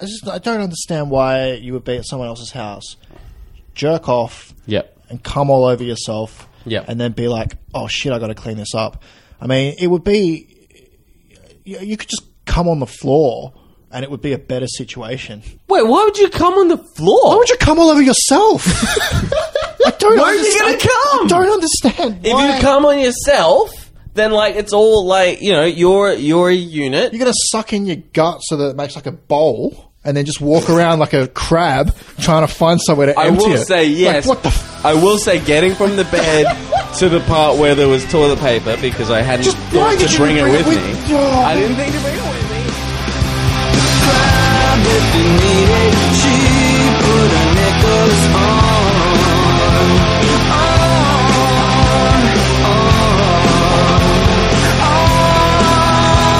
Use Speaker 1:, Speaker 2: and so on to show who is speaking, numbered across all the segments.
Speaker 1: I just I don't understand why you would be at someone else's house, jerk off,
Speaker 2: Yep.
Speaker 1: and come all over yourself,
Speaker 2: Yeah.
Speaker 1: and then be like, oh shit, I got to clean this up. I mean, it would be you, you could just come on the floor, and it would be a better situation.
Speaker 2: Wait, why would you come on the floor?
Speaker 1: Why would you come all over yourself? I don't.
Speaker 2: Where are you
Speaker 1: understand-
Speaker 2: gonna
Speaker 1: I
Speaker 2: come?
Speaker 1: don't understand.
Speaker 2: if
Speaker 1: why-
Speaker 2: you come on yourself, then like it's all like you know you're you're a unit.
Speaker 1: You're gonna suck in your gut so that it makes like a bowl, and then just walk around like a crab trying to find somewhere to
Speaker 2: I
Speaker 1: empty
Speaker 2: will
Speaker 1: it.
Speaker 2: say
Speaker 1: Like,
Speaker 2: yes.
Speaker 1: what the? F-
Speaker 2: I will say getting from the bed to the part where there was toilet paper because I hadn't
Speaker 1: Just why
Speaker 2: thought
Speaker 1: did
Speaker 2: to
Speaker 1: you
Speaker 2: bring it
Speaker 1: bring
Speaker 2: with
Speaker 1: it
Speaker 2: me.
Speaker 1: with- Oh.
Speaker 2: I didn't think to bring it with me. Crime if you need it cheap, put a nickels on.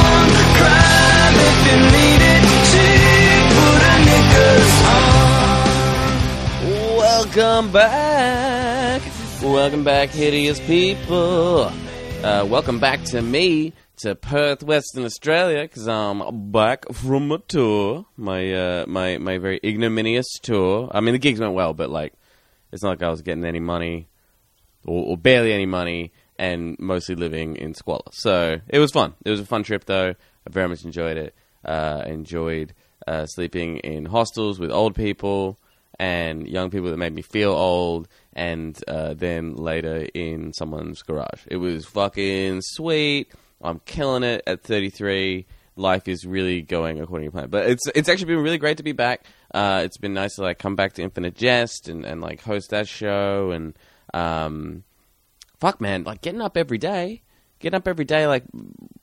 Speaker 2: Crime if you need it cheap, put a nickels on. Welcome back. Welcome back, hideous people. Uh, welcome back to me, to Perth, Western Australia, because I'm back from a tour. My, uh, my, my very ignominious tour. I mean, the gigs went well, but like, it's not like I was getting any money or, or barely any money and mostly living in squalor. So it was fun. It was a fun trip, though. I very much enjoyed it. Uh, I enjoyed uh, sleeping in hostels with old people and young people that made me feel old, and uh, then later in someone's garage. It was fucking sweet. I'm killing it at 33. Life is really going according to plan, but it's it's actually been really great to be back. Uh, it's been nice to like come back to Infinite Jest and, and like host that show and um, fuck man, like getting up every day, getting up every day like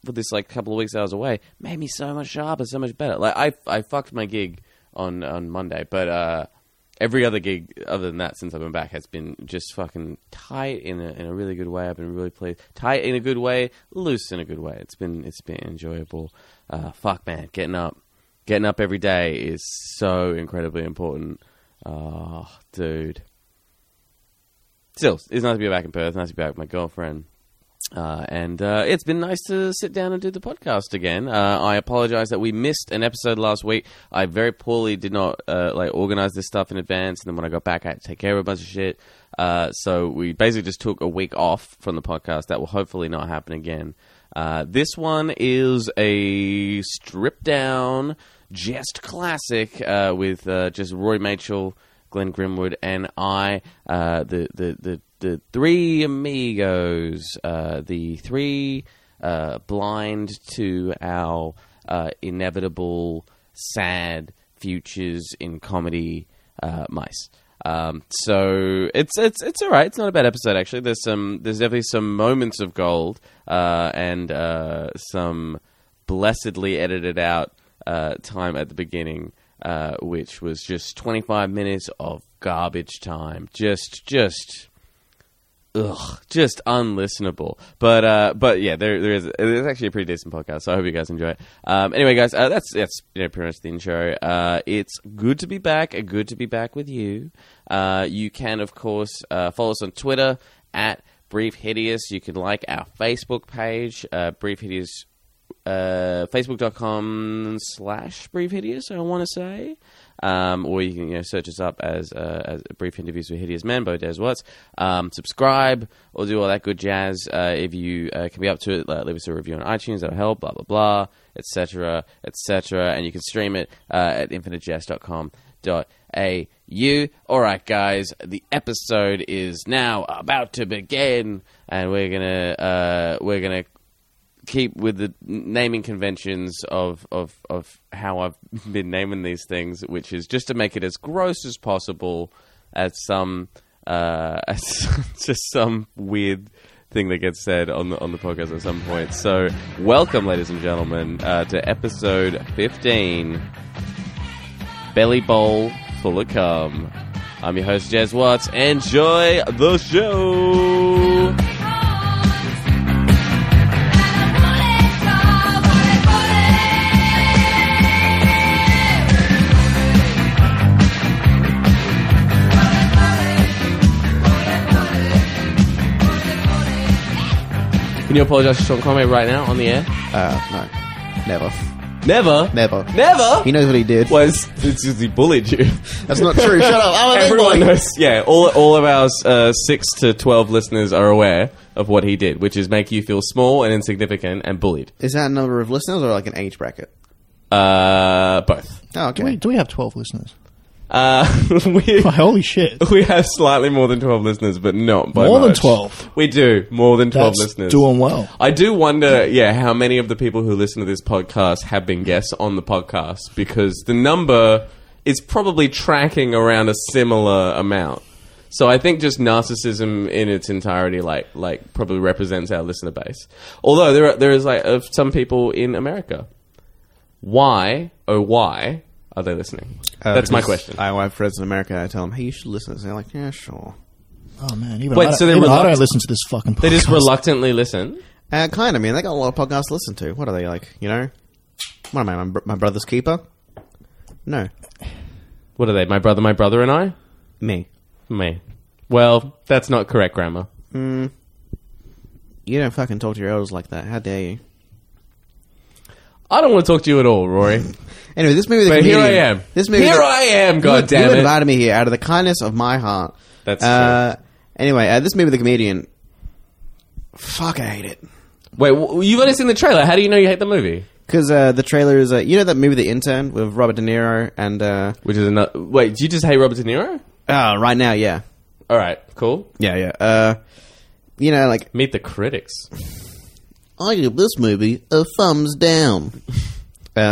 Speaker 2: for this like couple of weeks I was away made me so much sharper, so much better. Like I I fucked my gig on on Monday, but uh every other gig other than that since I've been back has been just fucking tight in a in a really good way. I've been really pleased. Tight in a good way, loose in a good way. It's been it's been enjoyable. Uh fuck man, getting up getting up every day is so incredibly important. Oh, dude still, it's nice to be back in Perth. Nice to be back with my girlfriend. Uh, and uh, it's been nice to sit down and do the podcast again. Uh, I apologize that we missed an episode last week. I very poorly did not uh, like organize this stuff in advance, and then when I got back, I had to take care of a bunch of shit. Uh, so we basically just took a week off from the podcast. That will hopefully not happen again. Uh, this one is a stripped down, just classic uh, with uh, just Roy Machel. Glenn Grimwood and I, uh, the, the the the three amigos, uh, the three uh, blind to our uh, inevitable sad futures in comedy uh, mice. Um, so it's it's it's all right. It's not a bad episode actually. There's some there's definitely some moments of gold uh, and uh, some blessedly edited out uh, time at the beginning, uh, which was just 25 minutes of garbage time. Just, just, ugh, just unlistenable. But, uh, but yeah, there, there is. It's actually a pretty decent podcast. So I hope you guys enjoy it. Um, anyway, guys, uh, that's that's you know, pretty much the intro. Uh, it's good to be back. Good to be back with you. Uh, you can, of course, uh, follow us on Twitter at Brief Hideous. You can like our Facebook page, uh, Brief Hideous uh, facebook.com slash brief hideous i want to say um, or you can you know search us up as, uh, as brief interviews with hideous men by des watts um, subscribe or do all that good jazz uh, if you uh, can be up to it uh, leave us a review on itunes that'll help blah blah blah etc etc and you can stream it uh, at infinitejazz.com dot au all right guys the episode is now about to begin and we're gonna uh, we're gonna keep with the naming conventions of, of, of how I've been naming these things, which is just to make it as gross as possible as some uh, as just some weird thing that gets said on the on the podcast at some point. So, welcome, ladies and gentlemen, uh, to episode fifteen, belly bowl full of cum. I'm your host, Jez Watts. Enjoy the show. Can you apologize to Sean Conway right now on the air?
Speaker 3: Uh, no, never.
Speaker 2: Never.
Speaker 3: Never.
Speaker 2: Never.
Speaker 3: He knows what he did.
Speaker 2: Well, it's, it's just he bullied you.
Speaker 3: That's not true. Shut up. I'm a big
Speaker 2: Everyone
Speaker 3: boy.
Speaker 2: knows. Yeah, all, all of our uh, 6 to 12 listeners are aware of what he did, which is make you feel small and insignificant and bullied.
Speaker 3: Is that a number of listeners or like an age bracket?
Speaker 2: Uh, both.
Speaker 3: Oh,
Speaker 1: Do we,
Speaker 3: okay.
Speaker 1: do we have 12 listeners?
Speaker 2: Uh, we,
Speaker 1: Oh, holy shit.
Speaker 2: we have slightly more than 12 listeners, but not by
Speaker 1: More than
Speaker 2: much.
Speaker 1: 12.
Speaker 2: We do. More than 12
Speaker 1: That's
Speaker 2: listeners.
Speaker 1: doing well.
Speaker 2: I do wonder, yeah, how many of the people who listen to this podcast have been guests on the podcast because the number is probably tracking around a similar amount. So I think just narcissism in its entirety, like like, probably represents our listener base. Although there are, there is like of some people in America. Why oh why are they listening?
Speaker 3: Uh,
Speaker 2: That's my
Speaker 3: because
Speaker 2: question.
Speaker 3: I have friends in America. and I tell them, "Hey, you should listen." to this. And they're like, "Yeah, sure."
Speaker 1: Oh, man. Even,
Speaker 2: Wait,
Speaker 1: I, don't,
Speaker 2: so they're
Speaker 1: even I
Speaker 2: reluctant-
Speaker 1: don't listen to this fucking podcast.
Speaker 2: they just reluctantly listen.
Speaker 3: Uh, kind of. Man, they got a lot of podcasts to listen to. What are they like? You know, what am I? My, br- my brother's keeper? No,
Speaker 2: What are they? My brother, my brother, and I.
Speaker 3: me.
Speaker 2: Me. Well, that's not correct grammar.
Speaker 3: You don't fucking talk to your elders like that. How dare you?
Speaker 2: I don't want to talk to you at all, Rory.
Speaker 3: Anyway, this movie. The
Speaker 2: But
Speaker 3: comedian,
Speaker 2: here I am.
Speaker 3: This movie.
Speaker 2: here
Speaker 3: the-
Speaker 2: I am. God
Speaker 3: you,
Speaker 2: damn
Speaker 3: You
Speaker 2: it!
Speaker 3: invited me here out of the kindness of my heart.
Speaker 2: That's
Speaker 3: uh, Anyway, uh, this movie, The Comedian. Fuck, I hate it.
Speaker 2: Wait, w- you've only seen the trailer. How do you know you hate the movie?
Speaker 3: Because uh, the trailer is, uh, you know that movie The Intern with Robert De Niro and uh,
Speaker 2: Which is another. Wait, do you just hate Robert De Niro?
Speaker 3: oh, right now, yeah,
Speaker 2: All right, cool.
Speaker 3: yeah, yeah. Uh, you know, like
Speaker 2: Meet the critics.
Speaker 3: I give this movie a thumbs down. uh,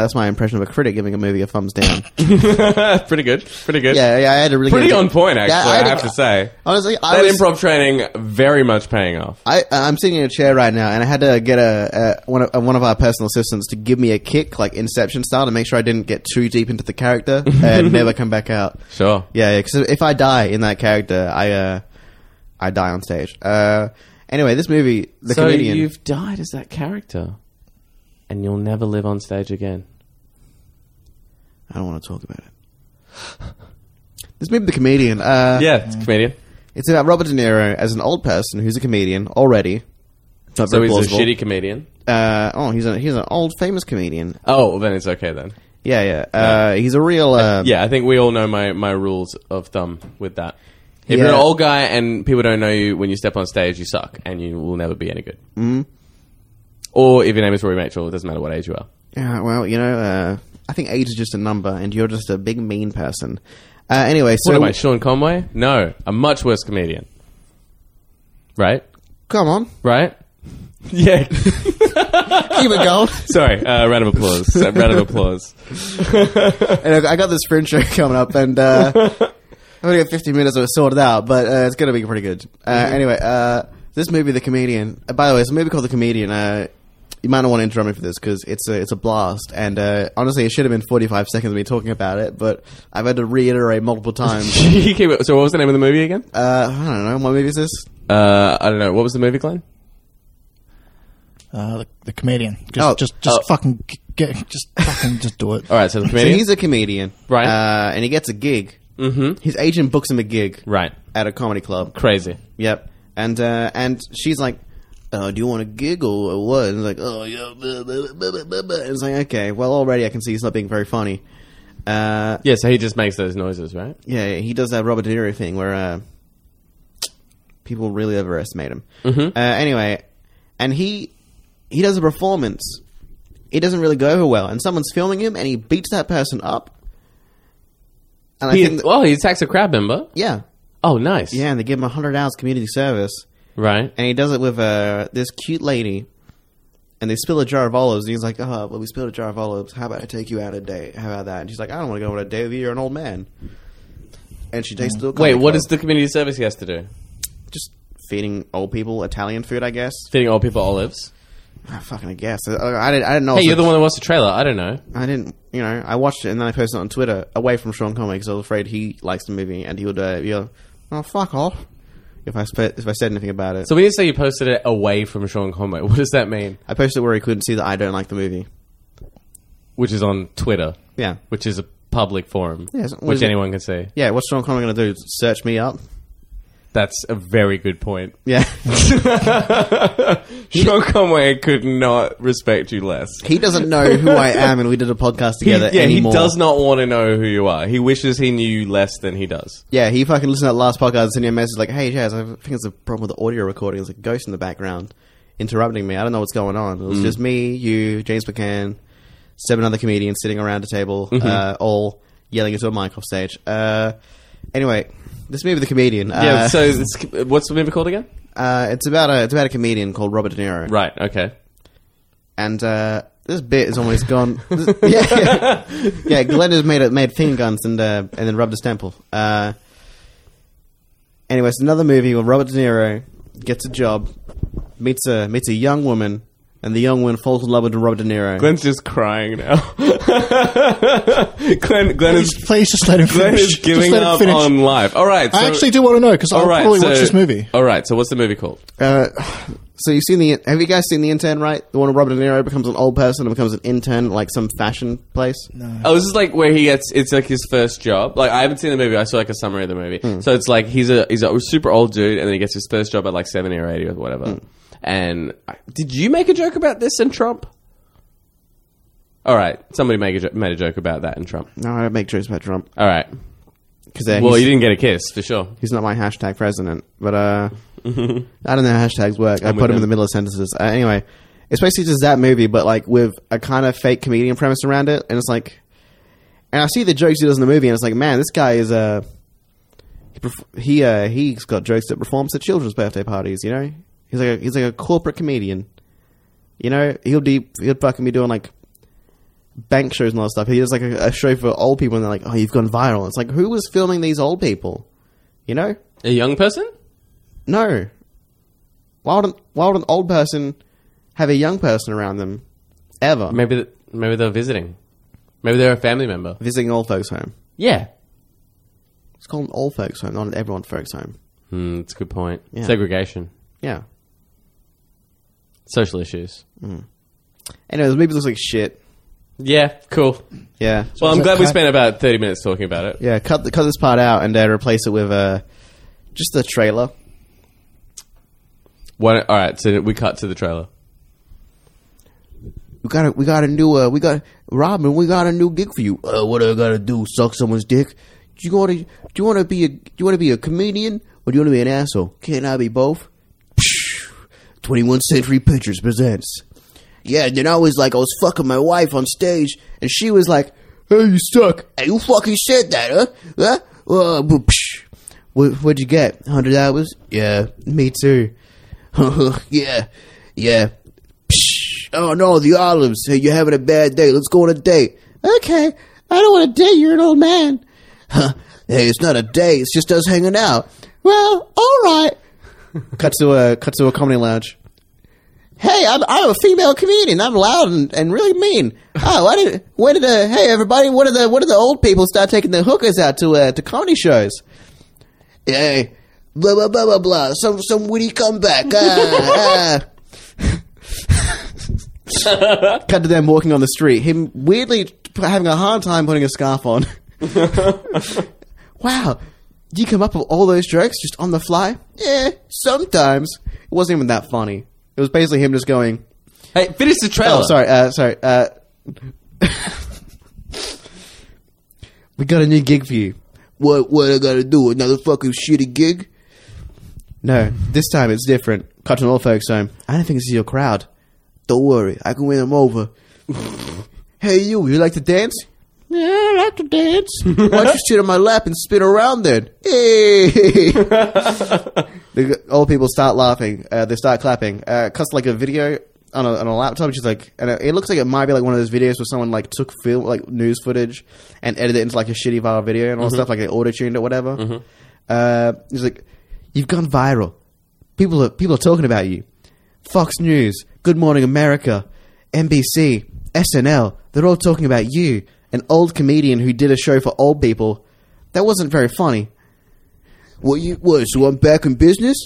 Speaker 3: that's my impression of a critic giving a movie a thumbs down.
Speaker 2: pretty good. Pretty good.
Speaker 3: yeah, yeah, I had to really
Speaker 2: Pretty
Speaker 3: get-
Speaker 2: on point, actually.
Speaker 3: Yeah,
Speaker 2: I,
Speaker 3: had to-
Speaker 2: have to say
Speaker 3: Honestly, I
Speaker 2: that
Speaker 3: was,
Speaker 2: improv training very much paying off.
Speaker 3: I, I'm sitting in a chair right now, and I had to get a, a one of one of our personal assistants to give me a kick, like Inception style, to make sure I didn't get too deep into the character and never come back out.
Speaker 2: Sure.
Speaker 3: Yeah, because if I die in that character, I uh, I die on stage. Uh, anyway, this movie, the
Speaker 2: so
Speaker 3: comedian.
Speaker 2: you've died as that character, and you'll never live on stage again.
Speaker 3: I don't want to talk about it. This movie, the comedian. Uh,
Speaker 2: Yeah, it's a comedian.
Speaker 3: it's about Robert De Niro as an old person who's a comedian already. It's Not
Speaker 2: So
Speaker 3: very
Speaker 2: he's
Speaker 3: plausible.
Speaker 2: a shitty comedian.
Speaker 3: Uh, oh, he's a, he's an old famous comedian.
Speaker 2: Oh, well, then it's okay then.
Speaker 3: Yeah, yeah. Uh, he's a real. Uh,
Speaker 2: Yeah, I think we all know my, my rules of thumb with that. If you're an
Speaker 3: Yeah.
Speaker 2: old guy and people don't know you when you step on stage, you suck and you will never be any good. Mm.
Speaker 3: Mm-hmm.
Speaker 2: Or if your name is Rory Mitchell, it doesn't matter what age you are.
Speaker 3: Yeah, well, you know, uh, I think age is just a number, and you're just a big mean person. Uh, anyway,
Speaker 2: What
Speaker 3: so
Speaker 2: am I, Sean Conway? No, a much worse comedian. Right?
Speaker 3: come on,
Speaker 2: Right? Yeah.
Speaker 3: keep it going.
Speaker 2: Sorry. Uh, round of applause. Uh, round of applause.
Speaker 3: and I I got this fringe show coming up, and uh, I've only got 15 minutes of it sorted out, but uh, it's going to be pretty good. Uh,
Speaker 2: Mm-hmm.
Speaker 3: Anyway, uh, this movie, The Comedian. Uh, by the way, it's a movie called The Comedian. Uh, you might not want to interrupt me for this because it's a it's a blast, and uh, honestly, it should have been 45 seconds of me talking about it, but I've had to reiterate multiple times.
Speaker 2: You keep it- so what was the name of the movie again?
Speaker 3: uh, I don't know what movie is this.
Speaker 2: Uh, I don't know. What was the movie, Glenn?
Speaker 1: Uh, the, the comedian. Just,
Speaker 3: Oh,
Speaker 1: just, just
Speaker 2: oh.
Speaker 1: fucking g- get, just fucking, just do it.
Speaker 2: All right, so the
Speaker 3: So
Speaker 2: comedian.
Speaker 3: he's a comedian,
Speaker 2: Right.
Speaker 3: Uh, and he gets a gig. Mm-hmm. His agent books him a gig
Speaker 2: right.
Speaker 3: at a comedy club.
Speaker 2: Crazy.
Speaker 3: Yep. And uh, and she's like, oh, "Do you want to giggle or what?" And he's like, "Oh yeah." Blah, blah, blah, blah, blah, blah." And it's like, okay, well, already I can see he's not being very funny. Uh,
Speaker 2: Yeah, so he just makes those noises, right?
Speaker 3: yeah, yeah, he does that Robert De Niro thing where uh, people really overestimate him.
Speaker 2: Mm-hmm.
Speaker 3: Uh, anyway, and he he does a performance. It doesn't really go over well, and someone's filming him, and he beats that person up. And I
Speaker 2: He,
Speaker 3: think, that-
Speaker 2: well, he attacks a crab member.
Speaker 3: yeah,
Speaker 2: Oh, nice.
Speaker 3: yeah, and they give him hundred hours community service.
Speaker 2: Right.
Speaker 3: and he does it with uh, this cute lady. And they spill a jar of olives, and he's like, "Oh, well, we spilled a jar of olives. How about I take you out on a date? How about that?" And she's like, "I don't want to go on a date with you. You're an old man." And she takes the
Speaker 2: Mm. Wait, what is the community service he has to do?
Speaker 3: just feeding old people Italian food? I guess.
Speaker 2: Feeding old people olives.
Speaker 3: I fucking I guess. I, I didn't. I didn't know.
Speaker 2: Hey,
Speaker 3: it was
Speaker 2: you're
Speaker 3: a-
Speaker 2: the one that watched the trailer. I don't know.
Speaker 3: I didn't. You know, I watched it and then I posted it on Twitter away from Sean Conway because I was afraid he likes the movie and he would uh, be like, "Oh, fuck off." If I sp- if I said anything about it,
Speaker 2: So when you say you posted it away from Sean Conway, what does that mean?
Speaker 3: I posted it where he couldn't see that I don't like the movie.
Speaker 2: Which is on Twitter,
Speaker 3: Yeah.
Speaker 2: which is a public forum,
Speaker 3: Yes, what
Speaker 2: which
Speaker 3: is it?
Speaker 2: anyone can see.
Speaker 3: Yeah, what's Sean Connery going to do? Search me up?
Speaker 2: That's a very good point.
Speaker 3: Yeah.
Speaker 2: Sean Conway could not respect you less.
Speaker 3: he doesn't know who I am, and we did a podcast
Speaker 2: He-
Speaker 3: together
Speaker 2: yeah,
Speaker 3: anymore.
Speaker 2: he does not want to know who you are. He wishes he knew you less than he does.
Speaker 3: Yeah, he fucking listened to that last podcast and sent me a message like, hey, Jazz, I think it's a problem with the audio recording. There's a ghost in the background interrupting me. I don't know what's going on. It
Speaker 2: Mm.
Speaker 3: was just me, you, James McCann, seven other comedians sitting around a table,
Speaker 2: Mm-hmm.
Speaker 3: uh, all yelling into a mic off stage. Uh, anyway, this movie, The Comedian.
Speaker 2: yeah.
Speaker 3: uh,
Speaker 2: So it's, what's the movie called again?
Speaker 3: uh, it's about a it's about a comedian called Robert De Niro,
Speaker 2: Right. Okay.
Speaker 3: and uh, this bit is almost gone. this- yeah, yeah, yeah. Glenn has made it made finger guns and uh, and then rubbed his temple. Uh, anyway, it's another movie where Robert De Niro gets a job, meets a meets a young woman, and the young woman falls in love with Robert De Niro.
Speaker 2: Glenn's just crying now. Glenn, Glenn
Speaker 1: Please,
Speaker 2: is
Speaker 1: please just let him
Speaker 2: Glenn
Speaker 1: finish.
Speaker 2: is
Speaker 1: just
Speaker 2: giving
Speaker 1: let him
Speaker 2: up
Speaker 1: finish.
Speaker 2: on life. All right. So,
Speaker 1: I actually do want to know because I'll
Speaker 2: all right,
Speaker 1: probably
Speaker 2: so-
Speaker 1: watch this movie.
Speaker 2: All right. So what's the movie called?
Speaker 3: Uh, so you've seen the have you guys seen the intern right? The one where Robert De Niro becomes an old person and becomes an intern at, like some fashion place.
Speaker 2: Oh, this is like where he gets. It's like his first job. Like I haven't seen the movie. I saw like a summary of the movie.
Speaker 1: Hmm.
Speaker 2: So it's like he's a he's a super old dude, and then he gets his first job at like seventy or eighty or whatever.
Speaker 1: Hmm.
Speaker 2: And I- did you make a joke about this and Trump? All right, somebody make a jo- made a joke about that and Trump.
Speaker 3: No, I don't make jokes about Trump
Speaker 2: All right.
Speaker 3: because
Speaker 2: Well, you didn't get a kiss for sure.
Speaker 3: He's not my hashtag president, but uh, I don't know how hashtags work. i put
Speaker 2: with
Speaker 3: him in
Speaker 2: him.
Speaker 3: the middle of sentences. Uh, anyway, it's basically just that movie, but like with a kind of fake comedian premise around it, and it's like, and I see the jokes he does in the movie, and it's like, man, this guy is uh, he perf- he uh, he's got jokes that performs at children's birthday parties. You know, he's like a, he's like a corporate comedian. You know, he'll be he'll fucking be doing like bank shows and all that stuff. He does like a, a show for old people, and they're like, oh, you've gone viral. It's like, who was filming these old people? You know.
Speaker 2: A young person?
Speaker 3: No. Why would, an, why would an old person have a young person around them ever
Speaker 2: Maybe th- maybe they're visiting. Maybe they're a family member.
Speaker 3: visiting an old folks' home?
Speaker 2: Yeah.
Speaker 3: It's called an old folks' home, not an everyone folks' home.
Speaker 2: Hmm, that's a good point.
Speaker 3: Yeah.
Speaker 2: Segregation,
Speaker 3: Yeah.
Speaker 2: social issues.
Speaker 3: Anyway, this movie looks like shit.
Speaker 2: Yeah, cool.
Speaker 3: Yeah.
Speaker 2: Well, I'm
Speaker 1: that
Speaker 2: glad we
Speaker 1: cut?
Speaker 2: spent about 30 minutes talking about it.
Speaker 3: yeah, cut, the, cut this part out and uh, replace it with uh, just the trailer.
Speaker 2: What, all right, so we cut to the trailer.
Speaker 3: We got a, we got a new uh, we got Robin. We got a new gig for you. Uh, what do I gotta do? Suck someone's dick? Do you want to? Do you want to be a? Do you want to be a comedian or do you want to be an asshole? Can I be both? Twenty One Century Pictures presents. Yeah, and then I was like, I was fucking my wife on stage, and she was like, "Hey, you suck." Hey, you fucking said that, huh? Huh? Uh, but, psh. What, what'd you get? Hundred hours? Yeah, me too. yeah, yeah. Psh. Oh no, the olives. Hey, you're having a bad day. Let's go on a date. Okay, I don't want a date. You're an old man. Huh. Hey, it's not a date. It's just us hanging out. Well, all right. cut to a cut to a comedy lounge. Hey, I'm, I'm a female comedian. I'm loud and, and really mean. Oh, I did. Where did the hey everybody? What did the what did the old people start taking their hookers out to uh, to comedy shows? Hey, blah blah blah blah blah. Some some witty comeback. Ah, ah. Cut to them walking on the street. Him weirdly having a hard time putting a scarf on. wow, you come up with all those jokes just on the fly? Yeah, sometimes. It wasn't even that funny. It was basically him just going,
Speaker 2: Hey, finish the trailer.
Speaker 3: Oh, sorry, uh, sorry. Uh, we got a new gig for you. What? What I gotta do? Another fucking shitty gig? No, this time it's different. Cut to an old folks home. I don't think this is your crowd. Don't worry, I can win them over. hey, you, you like to dance? Yeah, I like to dance. Why don't you sit on my lap and spin around then? Hey. The old people start laughing. Uh, they start clapping. Uh, it cuts like a video on a, on a laptop, which is like, and it it looks like it might be like one of those videos where someone like took film, like news footage, and edited it into like a shitty viral video and all stuff, like they auto tuned or whatever. Uh, it's like, you've gone viral. People are people are talking about you. Fox News, Good Morning America, NBC, SNL. They're all talking about you, an old comedian who did a show for old people. That wasn't very funny. What you what? So I'm back in business?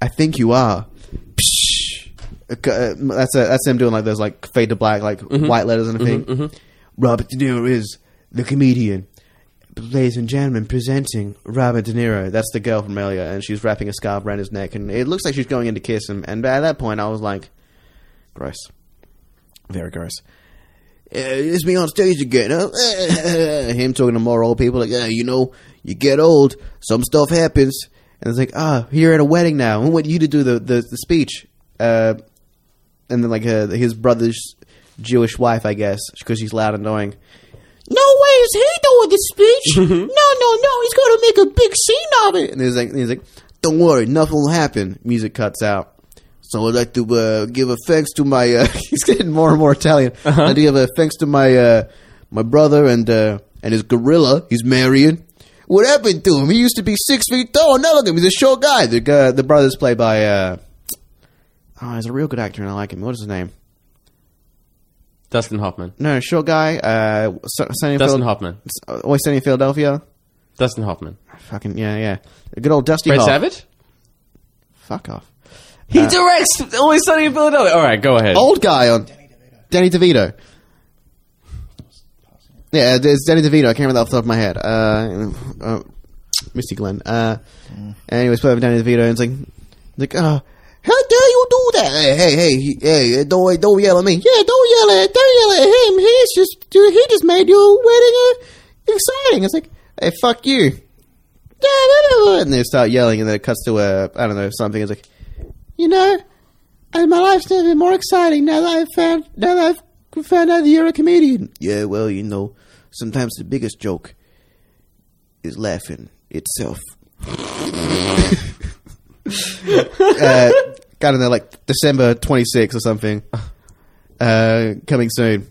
Speaker 3: I think you are. Psh. Okay, uh, That's a, that's him doing like those like fade to black like white letters and a thing. Robert De Niro is the comedian. ladies and gentlemen, presenting Robert De Niro. That's the girl from earlier, and she's wrapping a scarf around his neck, and it looks like she's going in to kiss him. And at that point, I was like, gross, very gross. Uh, it's me on stage again. Huh? Him talking to more old people, like, yeah, you know, you get old, some stuff happens, and it's like, ah, you're at a wedding now. I want you to do the the, the speech. Uh, and then like uh, his brother's Jewish wife, I guess, because she's loud and annoying. No way is he doing this speech. no, no, no, he's going to make a big scene of it. And he's like, he's like, don't worry, nothing will happen. Music cuts out. So I'd like to uh, give a thanks to my. Uh, he's getting more and more Italian. I'd like to give a thanks to my uh, my brother and uh, and his gorilla. He's marrying. What happened to him? He used to be six feet tall. Now look at him. He's a short guy. The guy, the brother's played by. Uh, oh, he's a real good actor, and I like him. What is his name?
Speaker 2: Dustin Hoffman.
Speaker 3: No, short guy. Uh, Sun- Sunny in
Speaker 2: Dustin
Speaker 3: Phil-
Speaker 2: Hoffman.
Speaker 3: S- Always Sunny in Philadelphia.
Speaker 2: Dustin Hoffman.
Speaker 3: Fucking yeah, yeah. Good old Dusty
Speaker 2: Fred
Speaker 3: Hoff.
Speaker 2: Savage?
Speaker 3: Fuck off.
Speaker 2: He directs Always Sunny in Philadelphia. Oh. All right, go ahead.
Speaker 3: Old guy on Danny DeVito. Yeah, it's Danny DeVito. I can't remember that off the top of my head. Uh, uh, Misty Glenn. Uh, anyway, it's played by Danny DeVito, and it's like, it's like, oh, how dare you do that? Hey, hey, hey, he- hey! uh, Don't don't yell at me. Yeah, don't yell at don't yell at him. He's just dude, he just made your wedding uh, exciting. It's like, hey, fuck you. Yeah, blah, blah, blah. And they start yelling, and then it cuts to a I don't know something. It's like, you know, and my life's never been more exciting now that I've found now that I've found out that you're a comedian. Yeah, well, you know, sometimes the biggest joke is laughing itself. uh, got in there like December 26th or something. Uh, coming soon.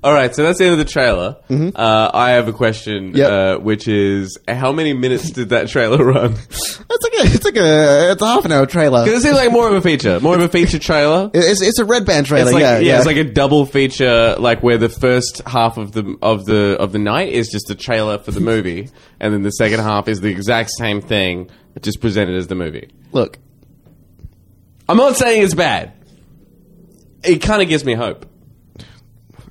Speaker 2: All right, so that's the end of the trailer. Uh, I have a question,
Speaker 3: Yep.
Speaker 2: uh, which is how many minutes did that trailer run?
Speaker 3: It's like a, it's like a, it's a half an hour trailer.
Speaker 2: Because it seems like more of a feature, more of a feature trailer.
Speaker 3: It's, it's a red band trailer.
Speaker 2: It's like,
Speaker 3: yeah,
Speaker 2: yeah, it's like a double feature, like where the first half of the of the of the night is just a trailer for the movie, and then the second half is the exact same thing, but just presented as the movie.
Speaker 3: look,
Speaker 2: I'm not saying it's bad. It kind of gives me hope.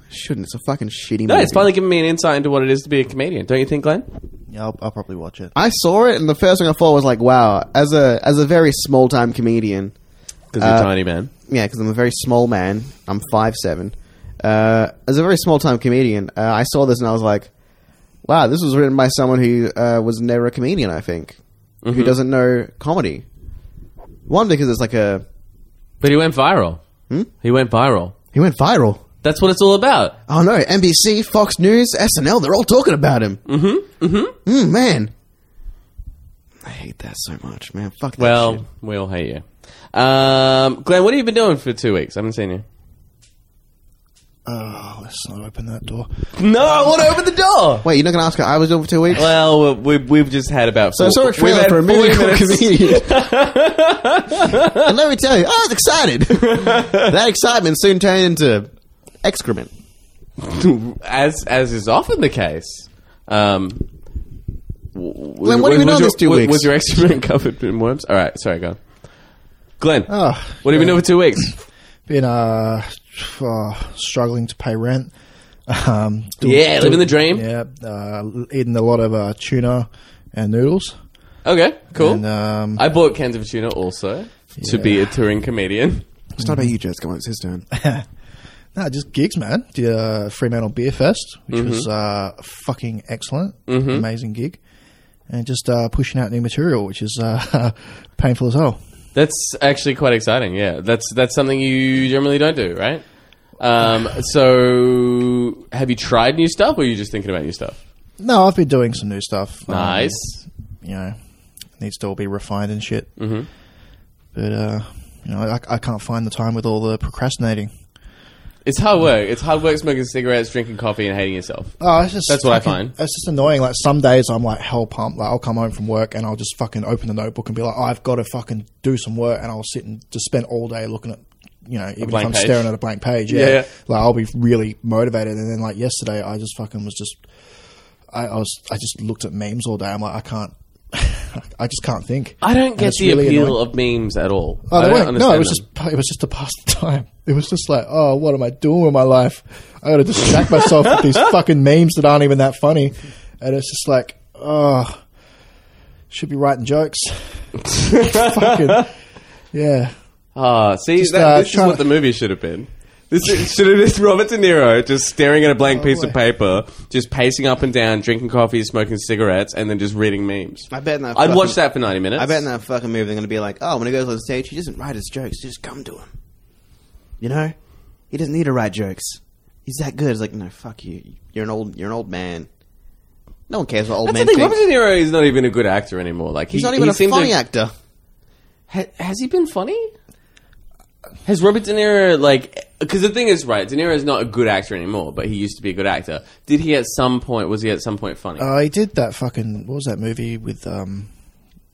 Speaker 3: shouldn't it's a fucking shitty.
Speaker 2: No,
Speaker 3: movie.
Speaker 2: it's finally given me an insight into what it is to be a comedian. Don't you think, Glenn?
Speaker 1: Yeah, I'll, I'll probably watch it.
Speaker 3: I saw it, and the first thing I thought was like, "Wow!" As a as a very small time comedian,
Speaker 2: Because
Speaker 3: Uh,
Speaker 2: you're tiny man.
Speaker 3: yeah, because I'm a very small man. I'm five seven. Uh, as a very small time comedian, uh, I saw this and I was like, "Wow, this was written by someone who uh, was never a comedian. I think who doesn't know comedy. One because it's like a
Speaker 2: But he went viral. He went viral.
Speaker 3: he went viral.
Speaker 2: That's what it's all about.
Speaker 3: Oh no, NBC, Fox News, SNL, they're all talking about him. Mm-hmm. Mm-hmm. Mm, man, I hate that so much, man. Fuck. That shit.
Speaker 2: Well, we all hate you. Um, Glenn, what have you been doing for two weeks? I haven't seen you.
Speaker 1: Oh, let's not open that door.
Speaker 2: No, I want to open the door.
Speaker 3: wait, you're not gonna ask what I was doing for two weeks?
Speaker 2: Well, we, we've just had about
Speaker 3: So I saw a
Speaker 2: we've
Speaker 3: trailer
Speaker 2: had
Speaker 3: for a movie
Speaker 2: 40
Speaker 3: called
Speaker 2: minutes.
Speaker 3: Comedian. and let me tell you, I was excited. that excitement soon turned into excrement.
Speaker 2: as as is often the case. Um, Glenn,
Speaker 3: what have you done this two
Speaker 2: was,
Speaker 3: weeks?
Speaker 2: Was your excrement covered in worms? All right, sorry, go. on. Glenn,
Speaker 1: Oh,
Speaker 2: what have you done for two weeks?
Speaker 1: been uh, oh, struggling to pay rent. Um, do-
Speaker 2: Yeah,
Speaker 1: do-
Speaker 2: living the dream.
Speaker 1: Yeah, uh, eating a lot of uh, tuna and noodles.
Speaker 2: Okay, cool.
Speaker 1: And, um,
Speaker 2: I bought cans of tuna also to be a touring comedian.
Speaker 3: It's not about you, Jess. Come on, it's his turn.
Speaker 1: no, just gigs, man. Did uh, Fremantle Beer Fest, which
Speaker 2: Mm-hmm.
Speaker 1: was uh, fucking excellent, amazing gig, and just uh, pushing out new material, which is uh, painful as hell.
Speaker 2: That's actually quite exciting. Yeah, that's that's something you generally don't do, right? Um, so, have you tried new stuff, or are you just thinking about new stuff?
Speaker 1: No, I've been doing some new stuff. um,
Speaker 2: Nice.
Speaker 1: you know, needs to all be refined and shit. Mm-hmm. But uh, you know, I, I can't find the time with all the procrastinating.
Speaker 2: It's hard work. It's hard work smoking cigarettes, drinking coffee, and hating yourself.
Speaker 1: Oh, it's just
Speaker 2: That's what I
Speaker 1: fucking-
Speaker 2: find.
Speaker 1: It's just annoying. Like some days I'm like hell pumped. Like I'll come home from work and I'll just fucking open the notebook and be like, oh, I've got to fucking do some work, and I'll sit and just spend all day looking at. You know, even if
Speaker 2: blank
Speaker 1: I'm
Speaker 2: page.
Speaker 1: staring at a blank page, yeah,
Speaker 2: Yeah, yeah.
Speaker 1: like I'll be really motivated. And then, like yesterday, I just fucking was just, I, I was, I just looked at memes all day. I'm like, I can't, I just can't think.
Speaker 2: I don't
Speaker 1: And
Speaker 2: get
Speaker 1: it's
Speaker 2: the
Speaker 1: really
Speaker 2: appeal
Speaker 1: annoying.
Speaker 2: of memes at all.
Speaker 1: Oh,
Speaker 2: I
Speaker 1: they
Speaker 2: don't
Speaker 1: weren't. No,
Speaker 2: understand
Speaker 1: it was
Speaker 2: them.
Speaker 1: just it was just to pass the time. It was just like, oh, what am I doing with my life? I got to distract myself with these fucking memes that aren't even that funny, and it's just like, oh, should be writing jokes. fucking, yeah.
Speaker 2: Ah, see,
Speaker 1: Just,
Speaker 2: that,
Speaker 1: uh,
Speaker 2: this is
Speaker 1: trying
Speaker 2: what
Speaker 1: to-
Speaker 2: the movie should have been. This is- should have been Robert De Niro just staring at a blank piece of
Speaker 1: boy.
Speaker 2: paper, just pacing up and down, drinking coffee, smoking cigarettes, and then just reading memes.
Speaker 3: I bet in that
Speaker 2: I'd watch
Speaker 3: fucking-
Speaker 2: that for ninety minutes.
Speaker 3: I bet in that fucking movie they're going to be like, oh, when he goes on stage, he doesn't write his jokes. Just come to him. You know, he doesn't need to write jokes. He's that good. It's like, no, fuck you. You're an old. You're an old man. No one cares what old
Speaker 2: That's the
Speaker 3: men
Speaker 2: thing.
Speaker 3: think.
Speaker 2: Robert De Niro is not even a good actor anymore. Like
Speaker 3: He's
Speaker 2: he,
Speaker 3: not even
Speaker 2: he
Speaker 3: a
Speaker 2: seemed
Speaker 3: funny
Speaker 2: to,
Speaker 3: actor.
Speaker 2: Ha- has he been funny? Has Robert De Niro like? Because the thing is, right? De Niro is not a good actor anymore, but he used to be a good actor. Did he at some point? Was he at some point funny?
Speaker 1: Uh, he did that fucking what was that movie with um,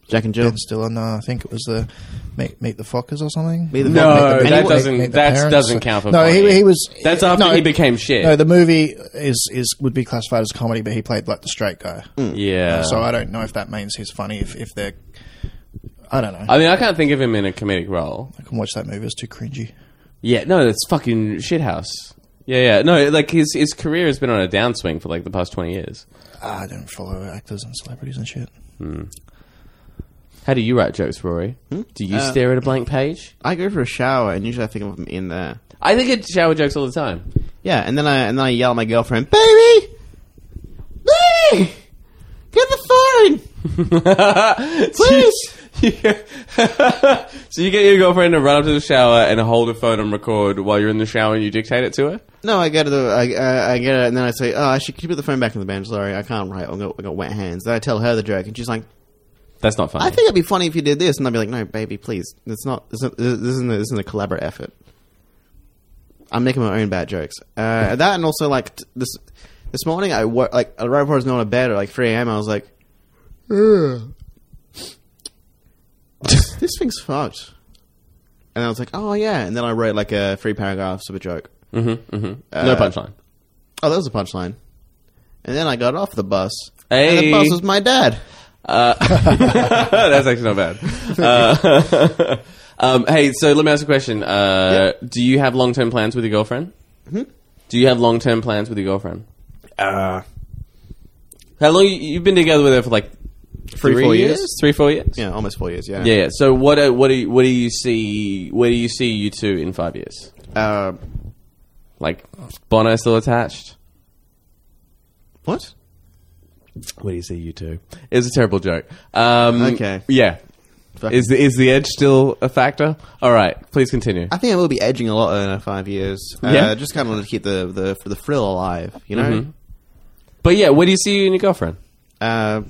Speaker 3: Jack and Jill.
Speaker 1: Ben Stiller? No, I think it was the Meet, Meet the Fockers or something.
Speaker 3: Meet the
Speaker 1: Meet
Speaker 2: no,
Speaker 3: Fockers. Make the-
Speaker 2: that
Speaker 3: make-
Speaker 2: doesn't.
Speaker 1: Meet the
Speaker 2: that
Speaker 1: Parents.
Speaker 2: doesn't count for.
Speaker 1: No,
Speaker 2: funny.
Speaker 1: he, he was.
Speaker 2: That's after
Speaker 1: no,
Speaker 2: he became shit.
Speaker 1: No, the movie is is would be classified as comedy, but he played like the straight guy.
Speaker 2: Hmm. yeah.
Speaker 1: So I don't know if that means he's funny. If, if they're, I don't know. I,
Speaker 2: I mean, I can't think of him in a comedic role.
Speaker 1: can watch that movie. It's too cringy.
Speaker 2: Yeah, no, it's fucking shithouse. Yeah, yeah, no, like his his career has been on a downswing for like the past twenty years.
Speaker 1: Ah, I don't follow actors and celebrities and shit.
Speaker 2: How do you write jokes, Rory?
Speaker 1: Hmm?
Speaker 2: Do you
Speaker 3: Uh,
Speaker 2: stare at a blank page?
Speaker 3: I go for a shower, and usually I think of him in there.
Speaker 2: I think at shower jokes all the time.
Speaker 3: Yeah, and then I and then I yell at my girlfriend, "Baby, baby, get the phone!"
Speaker 2: Please. so you get your girlfriend to run up to the shower and hold her phone and record while you're in the shower and you dictate it to her.
Speaker 3: No, I get the I, I, I get it, and then I say, "Oh, I should keep the phone back in the bench. Sorry, I can't write. I got, I got wet hands." Then I tell her the joke, and she's like,
Speaker 2: That's not funny.
Speaker 3: "I think it'd be funny if you did this," and I'd be like, "No, baby, please. It's not. This isn't. This isn't a, this isn't a collaborative effort. I'm making my own bad jokes. Uh, that and also like t- this this morning, I wo- like right before I was going to bed at like 3 a.m. I was like, "Ugh. this, this thing's fucked." And I was like, "Oh yeah," and then I wrote like a three paragraphs of a joke.
Speaker 2: mm-hmm, mm-hmm. no
Speaker 3: Uh,
Speaker 2: punchline.
Speaker 3: Oh, that was a punchline. And then I got off the bus. And
Speaker 2: Hey.
Speaker 3: the bus was my dad.
Speaker 2: That's actually not bad. Uh, um, hey, so let me ask a question. Uh, Do you have long term plans with your girlfriend? Mm-hmm. Do you have long term plans with your girlfriend?
Speaker 3: Uh,
Speaker 2: How long you, you've been together with her for? Like
Speaker 3: Three, four years?
Speaker 2: Three, four years.
Speaker 3: yeah, almost four years, yeah.
Speaker 2: Yeah, yeah. So what? Are, what do you, what do you see? Where do you see you two in five years?
Speaker 3: Uh,
Speaker 2: Like Bono still attached?
Speaker 3: what?
Speaker 2: Where do you see you two? It was a terrible joke. Um,
Speaker 3: Okay.
Speaker 2: Yeah.
Speaker 3: Fuck.
Speaker 2: Is the, is the edge still a factor? All right. Please continue.
Speaker 3: I think I will be edging a lot in uh, five years. Uh,
Speaker 2: Yeah? Mm-hmm.
Speaker 3: Just kind of to keep the, the, the thrill alive, you know?
Speaker 2: But yeah, where do you see you and your girlfriend?
Speaker 3: Uh,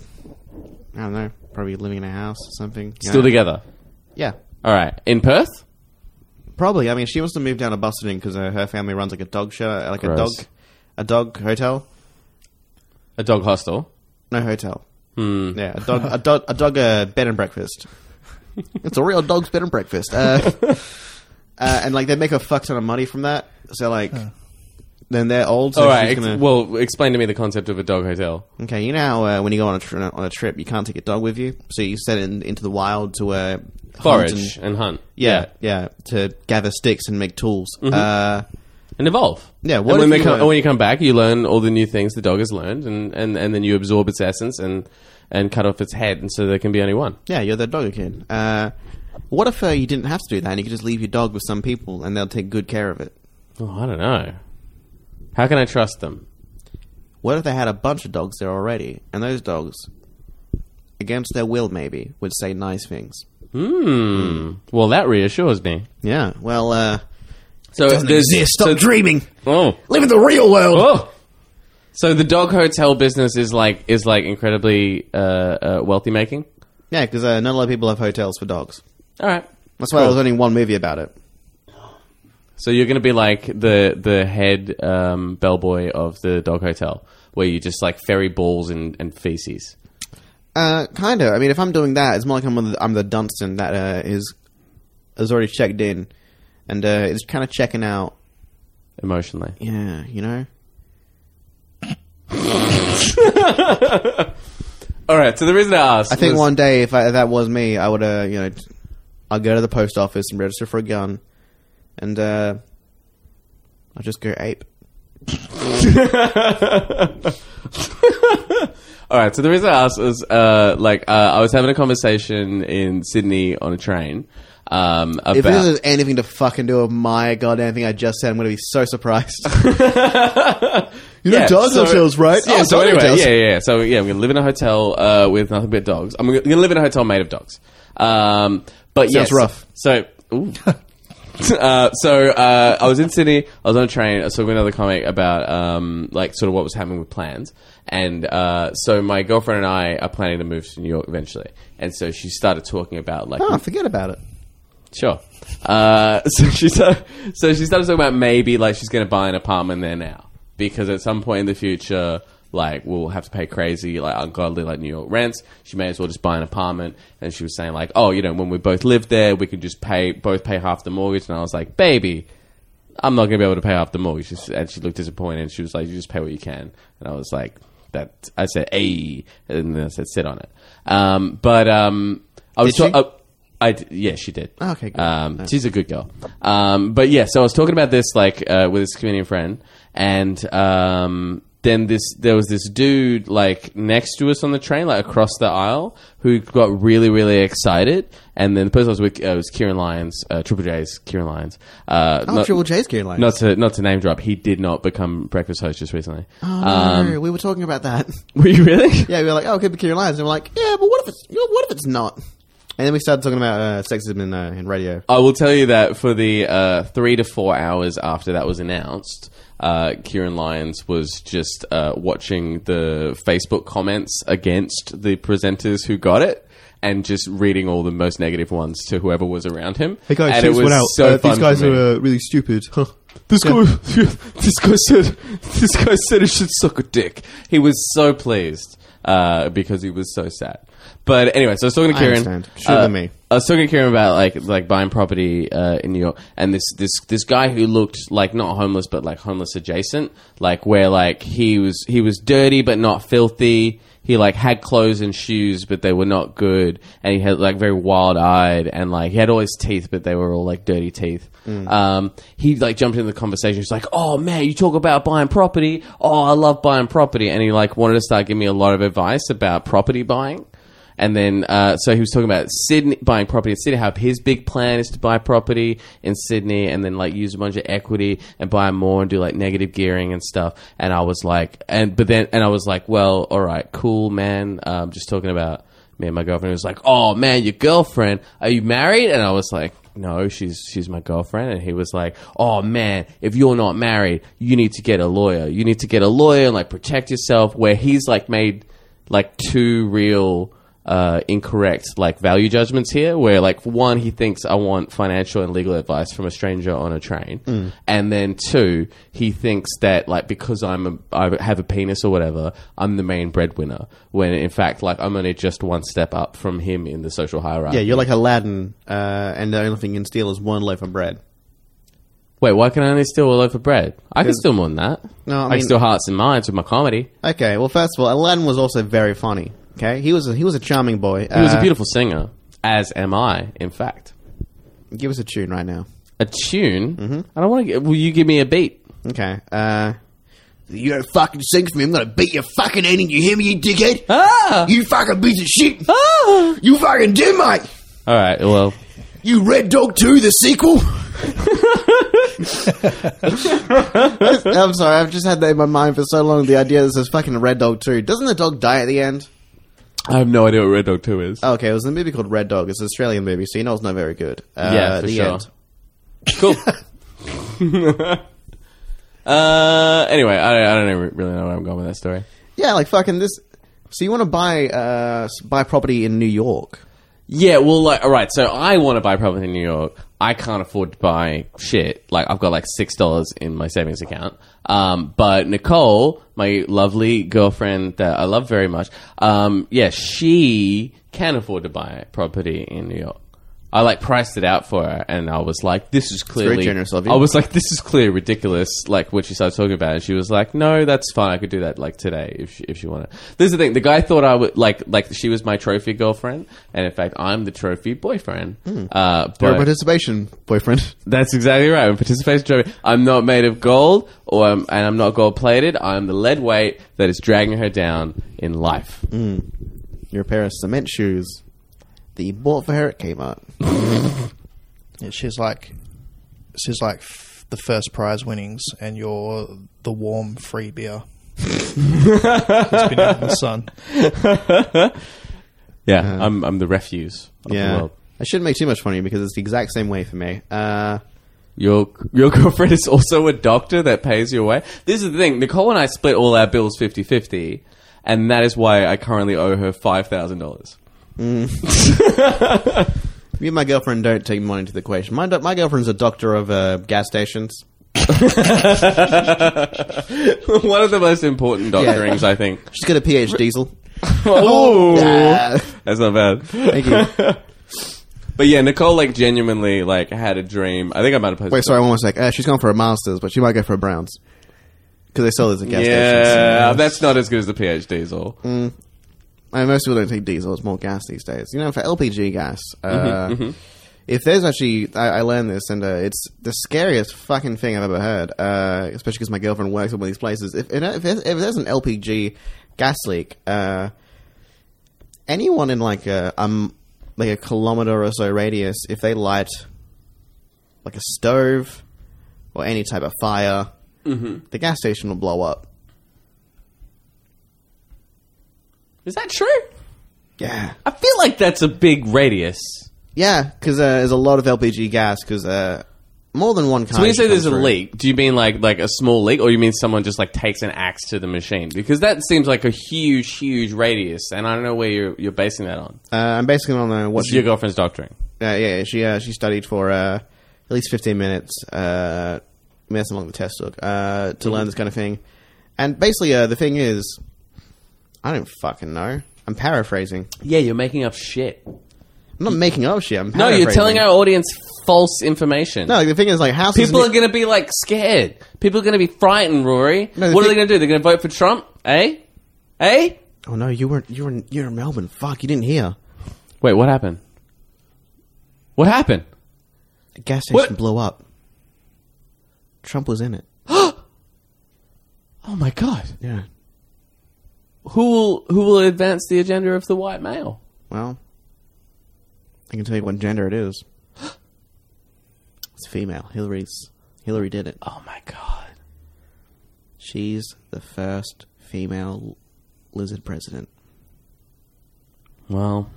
Speaker 3: I don't know. Probably living in a house or something.
Speaker 2: Still
Speaker 3: yeah.
Speaker 2: together?
Speaker 3: Yeah.
Speaker 2: All right. In Perth?
Speaker 3: Probably. I mean, she wants to move down to Boston because uh, her family runs like a dog show, like a dog,
Speaker 2: Gross.
Speaker 3: a dog hotel.
Speaker 2: A dog hostel.
Speaker 3: No hotel.
Speaker 2: Hmm.
Speaker 3: Yeah, a dog, a dog, a dog uh, bed and breakfast. it's a real dog's bed and breakfast. Uh, uh, and like they make a fuck ton of money from that. So like, then they're old. So
Speaker 2: All
Speaker 3: she's
Speaker 2: right. ex-
Speaker 3: gonna-
Speaker 2: well, explain to me the concept of a dog hotel.
Speaker 3: okay, you know how, uh, when you go on a tri- on a trip, you can't take a dog with you, so you send it in, into the wild to uh, hunt
Speaker 2: Forage
Speaker 3: and-
Speaker 2: and hunt.
Speaker 3: yeah, yeah, to gather sticks and make tools. Uh,
Speaker 2: And evolve.
Speaker 3: Yeah, what
Speaker 2: What and when,
Speaker 3: if
Speaker 2: they
Speaker 3: you
Speaker 2: come,
Speaker 3: learn-
Speaker 2: and when you come back, you learn all the new things the dog has learned, and, and, and then you absorb its essence and, and cut off its head, and so there can be only one.
Speaker 3: Yeah, you're the dog again. Uh, what if uh, you didn't have to do that and you could just leave your dog with some people and they'll take good care of it?
Speaker 2: Oh, I don't know. How can I trust them?
Speaker 3: What if they had a bunch of dogs there already, and those dogs, against their will maybe, would say nice things?
Speaker 2: Hmm. Well, that reassures me.
Speaker 3: Yeah. Well, uh,
Speaker 2: So there's- so-
Speaker 3: dreaming.
Speaker 2: Oh,
Speaker 3: Live in the real world.
Speaker 2: oh. So the dog hotel business is like is like incredibly uh, uh, wealthy making.
Speaker 3: Yeah, because uh, not a lot of people have hotels for dogs.
Speaker 2: All right.
Speaker 3: That's why there's only one movie about it.
Speaker 2: So you're going to be like the the head um, bellboy of the dog hotel, where you just like ferry balls and, and feces.
Speaker 3: Uh, kind of. I mean, if I'm doing that, it's more like I'm the, I'm the Dunstan that uh, is has already checked in, and uh, is kind of checking out.
Speaker 2: Emotionally,
Speaker 3: Yeah, you know.
Speaker 2: All All right. So the reason I asked,
Speaker 3: I think
Speaker 2: was-
Speaker 3: one day, if, I, if that was me, I would, uh, you know, I'd go to the post office and register for a gun, and uh, I'd just go ape.
Speaker 2: All right. So the reason I asked was, uh, like, uh, I was having a conversation in Sydney on a train. Um, about
Speaker 3: If this is anything to fucking do with my goddamn thing I just said, I'm going to be so surprised.
Speaker 1: You know, dogs themselves, right?
Speaker 2: Yeah,
Speaker 1: Oh,
Speaker 2: so
Speaker 1: dog
Speaker 2: anyway,
Speaker 1: hotels.
Speaker 2: yeah, yeah. So yeah, I'm gonna live in a hotel uh, with nothing but dogs. I'm gonna gonna live in a hotel made of dogs. Um, but
Speaker 3: Sounds
Speaker 2: yes,
Speaker 3: rough.
Speaker 2: So, ooh. uh, so uh, I was in Sydney. I was on a train. I was talking to another comic about um, like sort of what was happening with plans. And uh, so my girlfriend and I are planning to move to New York eventually. And so she started talking about like
Speaker 3: oh, forget about it.
Speaker 2: Sure. Uh, so she started, so she started talking about maybe like she's going to buy an apartment there now because at some point in the future, like we'll have to pay crazy, like ungodly, like New York rents. She may as well just buy an apartment. And she was saying like, oh, you know, when we both live there, we can just pay both pay half the mortgage. And I was like, baby, I'm not going to be able to pay off the mortgage. She s- And she looked disappointed. And she was like, you just pay what you can. And I was like, that, I said, a, and then I said, sit on it. Um, but, um, I was,
Speaker 3: Did she?
Speaker 2: ta- uh, I, d- yeah, she did.
Speaker 3: Oh, okay, good.
Speaker 2: Um, She's a good girl. Um, but yeah, so I was talking about this, like, uh, with this comedian friend and, um, then this, there was this dude like next to us on the train, like across the aisle, who got really, really excited. And then the person I was with uh, was Kieran Lyons, uh, Triple J's Kieran Lyons. Uh,
Speaker 3: Oh,
Speaker 2: not-
Speaker 3: Triple J's gear line.
Speaker 2: not to not to name drop, he did not become breakfast host just recently.
Speaker 3: Oh, no, we were talking about that.
Speaker 2: Were you really?
Speaker 3: Yeah, we were like, oh, it could be Kieran Lyons. And we're like, yeah, but what if it's, you know, what if it's not? And then we started talking about uh, sexism in, uh, in radio.
Speaker 2: I will tell you that for the uh, three to four hours after that was announced, uh, Kieran Lyons was just uh, watching the Facebook comments against the presenters who got it. And just reading all the most negative ones to whoever was around him.
Speaker 4: Hey guys,
Speaker 2: and
Speaker 4: check this one out.
Speaker 2: so
Speaker 4: uh,
Speaker 2: fun
Speaker 4: these guys
Speaker 2: for me.
Speaker 4: are uh, really stupid. Huh. This
Speaker 2: guy, this guy said, this guy said he should suck a dick. He was so pleased uh, because he was so sad. But anyway, so I was talking to
Speaker 3: I
Speaker 2: Kieran.
Speaker 3: understand. Sure
Speaker 2: uh,
Speaker 3: than me.
Speaker 2: I was talking to Kieran about like like buying property uh, in New York, and this this this guy who looked like not homeless but like homeless adjacent, like where like he was he was dirty but not filthy. He like had clothes and shoes, but they were not good, and he had like very wild eyed, and like he had all his teeth, but they were all like dirty teeth. Um, he like jumped into the conversation. He's like, "Oh man, you talk about buying property. Oh, I love buying property," and he like wanted to start giving me a lot of advice about property buying. And then, uh, so he was talking about Sydney buying property in Sydney. How his big plan is to buy property in Sydney and then like use a bunch of equity and buy more and do like negative gearing and stuff. And I was like, and but then, and I was like, well, all right, cool, man. Um, just talking about me and my girlfriend. He was like, oh man, your girlfriend? Are you married? And I was like, no, she's she's my girlfriend. And he was like, oh man, if you're not married, you need to get a lawyer. You need to get a lawyer and like protect yourself. Where he's like made like two real uh, incorrect like value judgments here where like for one he thinks i want financial and legal advice from a stranger on a train
Speaker 3: Hmm.
Speaker 2: and then two he thinks that like because i'm a, i have a penis or whatever i'm the main breadwinner when in fact like i'm only just one step up from him in the social hierarchy
Speaker 3: Yeah, you're like Aladdin, uh, and the only thing you can steal is one loaf of bread.
Speaker 2: wait why can i only steal a loaf of bread i can steal more than that
Speaker 3: No, I
Speaker 2: can
Speaker 3: mean-
Speaker 2: steal hearts and minds with my comedy
Speaker 3: Okay, well, first of all, Aladdin was also very funny. Okay, he was a, he was a charming boy. Uh,
Speaker 2: he was a beautiful singer as am i in fact
Speaker 3: Give us a tune right now.
Speaker 2: a tune
Speaker 3: Mm-hmm.
Speaker 2: i don't want to will you give me a beat
Speaker 3: Okay. Uh, you don't fucking sing for me. I'm gonna beat your fucking ending. You hear me, you dickhead?
Speaker 2: ah!
Speaker 3: You fucking piece of shit.
Speaker 2: ah!
Speaker 3: You fucking did, mate.
Speaker 2: All right. Well,
Speaker 3: You Red Dog 2, the sequel? I'm sorry, I've just had that in my mind for so long. The idea that says fucking Red Dog 2. Doesn't the dog die at the end?
Speaker 2: I have no idea what Red Dog Two is.
Speaker 3: Oh, okay, it was a movie called Red Dog. It's an Australian movie, so you know it's not very good. Uh,
Speaker 2: yeah, for
Speaker 3: the
Speaker 2: sure.
Speaker 3: end.
Speaker 2: Cool. uh, anyway, I, I don't know- really know where I'm going with that story.
Speaker 3: Yeah, like fucking this. So you want to buy uh, s- buy property in New York?
Speaker 2: Yeah. Well, like, all right. So I want to buy property in New York. I can't afford to buy shit. Like, I've got like six dollars in my savings account. Um, but Nicole, my lovely girlfriend that I love very much, um, yeah, she can afford to buy property in New York. I like priced it out for her, and I was like, "This is clearly
Speaker 3: generous of you.
Speaker 2: I was like, "This is clearly ridiculous." Like what she started talking about, and she was like, "No, that's fine. I could do that like today if she, if she wanted." This is the thing. The guy thought I would like like she was my trophy girlfriend, and in fact, I'm the trophy boyfriend. Uh,
Speaker 3: Your
Speaker 2: but
Speaker 3: participation, boyfriend.
Speaker 2: that's exactly right. I'm a participation trophy. I'm not made of gold, or I'm, and I'm not gold plated. I'm the lead weight that is dragging her down in life.
Speaker 3: Your pair of cement shoes that you bought for her at Kmart.
Speaker 1: Yeah, she's like, she's like f- the first prize winnings, and you're the warm free beer. it's been out in the sun.
Speaker 2: Yeah, I'm I'm the refuse of the
Speaker 3: Yeah.
Speaker 2: world.
Speaker 3: I shouldn't make too much fun of you because it's the exact same way for me. Uh,
Speaker 2: Your your girlfriend is also a doctor that pays you away. This is the thing. Nicole and I split all our bills 50-50, and that is why I currently owe her five thousand dollars.
Speaker 3: me and my girlfriend don't take money into the equation. My, do- my girlfriend's a doctor of uh, gas stations.
Speaker 2: One of the most important doctorings, I think.
Speaker 3: She's got a PH diesel.
Speaker 2: oh,
Speaker 3: Yeah.
Speaker 2: that's not bad.
Speaker 3: Thank you.
Speaker 2: But yeah, Nicole like genuinely like had a dream. I think I might have posted.
Speaker 3: Wait, sorry, one more sec. Uh, she's gone for a master's, but she might go for a Browns because they sell those at gas stations.
Speaker 2: Yeah, that's not as good as the PhDs diesel.
Speaker 3: Mm. Uh, most people don't take diesel; it's more gas these days. You know, for LPG gas, uh, if there's actually, I, I learned this, and uh, it's the scariest fucking thing I've ever heard. Uh, especially because my girlfriend works at one of these places. If if there's, if there's an LPG gas leak, uh, anyone in like a um like a kilometer or so radius, if they light like a stove or any type of fire, the gas station will blow up.
Speaker 2: Is that true?
Speaker 3: Yeah.
Speaker 2: I feel like that's a big radius.
Speaker 3: Yeah, because uh, there's a lot of LPG gas. Because uh, more than one kind.
Speaker 2: So when you say
Speaker 3: comes
Speaker 2: there's a
Speaker 3: through.
Speaker 2: leak, do you mean like like a small leak, or you mean someone just like takes an axe to the machine? Because that seems like a huge, huge radius, and I don't know where you're you're basing that on.
Speaker 3: uh, I'm basically on the what
Speaker 2: It's
Speaker 3: she,
Speaker 2: your girlfriend's doctoring.
Speaker 3: uh, yeah, yeah, she uh, she studied for uh, at least 15 minutes. Uh, I mean, that's how long the test took uh, to
Speaker 2: Mm-hmm.
Speaker 3: learn this kind of thing. And basically, uh, the thing is, I don't fucking know. I'm paraphrasing.
Speaker 2: Yeah, you're making up shit.
Speaker 3: I'm not making up shit. I'm
Speaker 2: No,
Speaker 3: paraphrasing.
Speaker 2: you're telling our audience false information.
Speaker 3: No, the thing is, like, houses.
Speaker 2: People
Speaker 3: ne-
Speaker 2: are going to be like scared. People are going to be frightened, Rory.
Speaker 3: No, the
Speaker 2: what are they
Speaker 3: thing-
Speaker 2: going to do? They're going to vote for Trump, eh? Eh?
Speaker 3: oh no, you weren't. You were. in- You're in Melbourne. Fuck, you didn't hear.
Speaker 2: Wait, what happened? What happened?
Speaker 3: The gas station
Speaker 2: What?
Speaker 3: blew up. Trump was in it.
Speaker 2: Oh my god.
Speaker 3: Yeah.
Speaker 2: Who will who will advance the agenda of the white male?
Speaker 3: Well, I can tell you what gender it is. It's female. Hillary's Hillary did it.
Speaker 2: Oh my god.
Speaker 3: She's the first female lizard president.
Speaker 2: Well,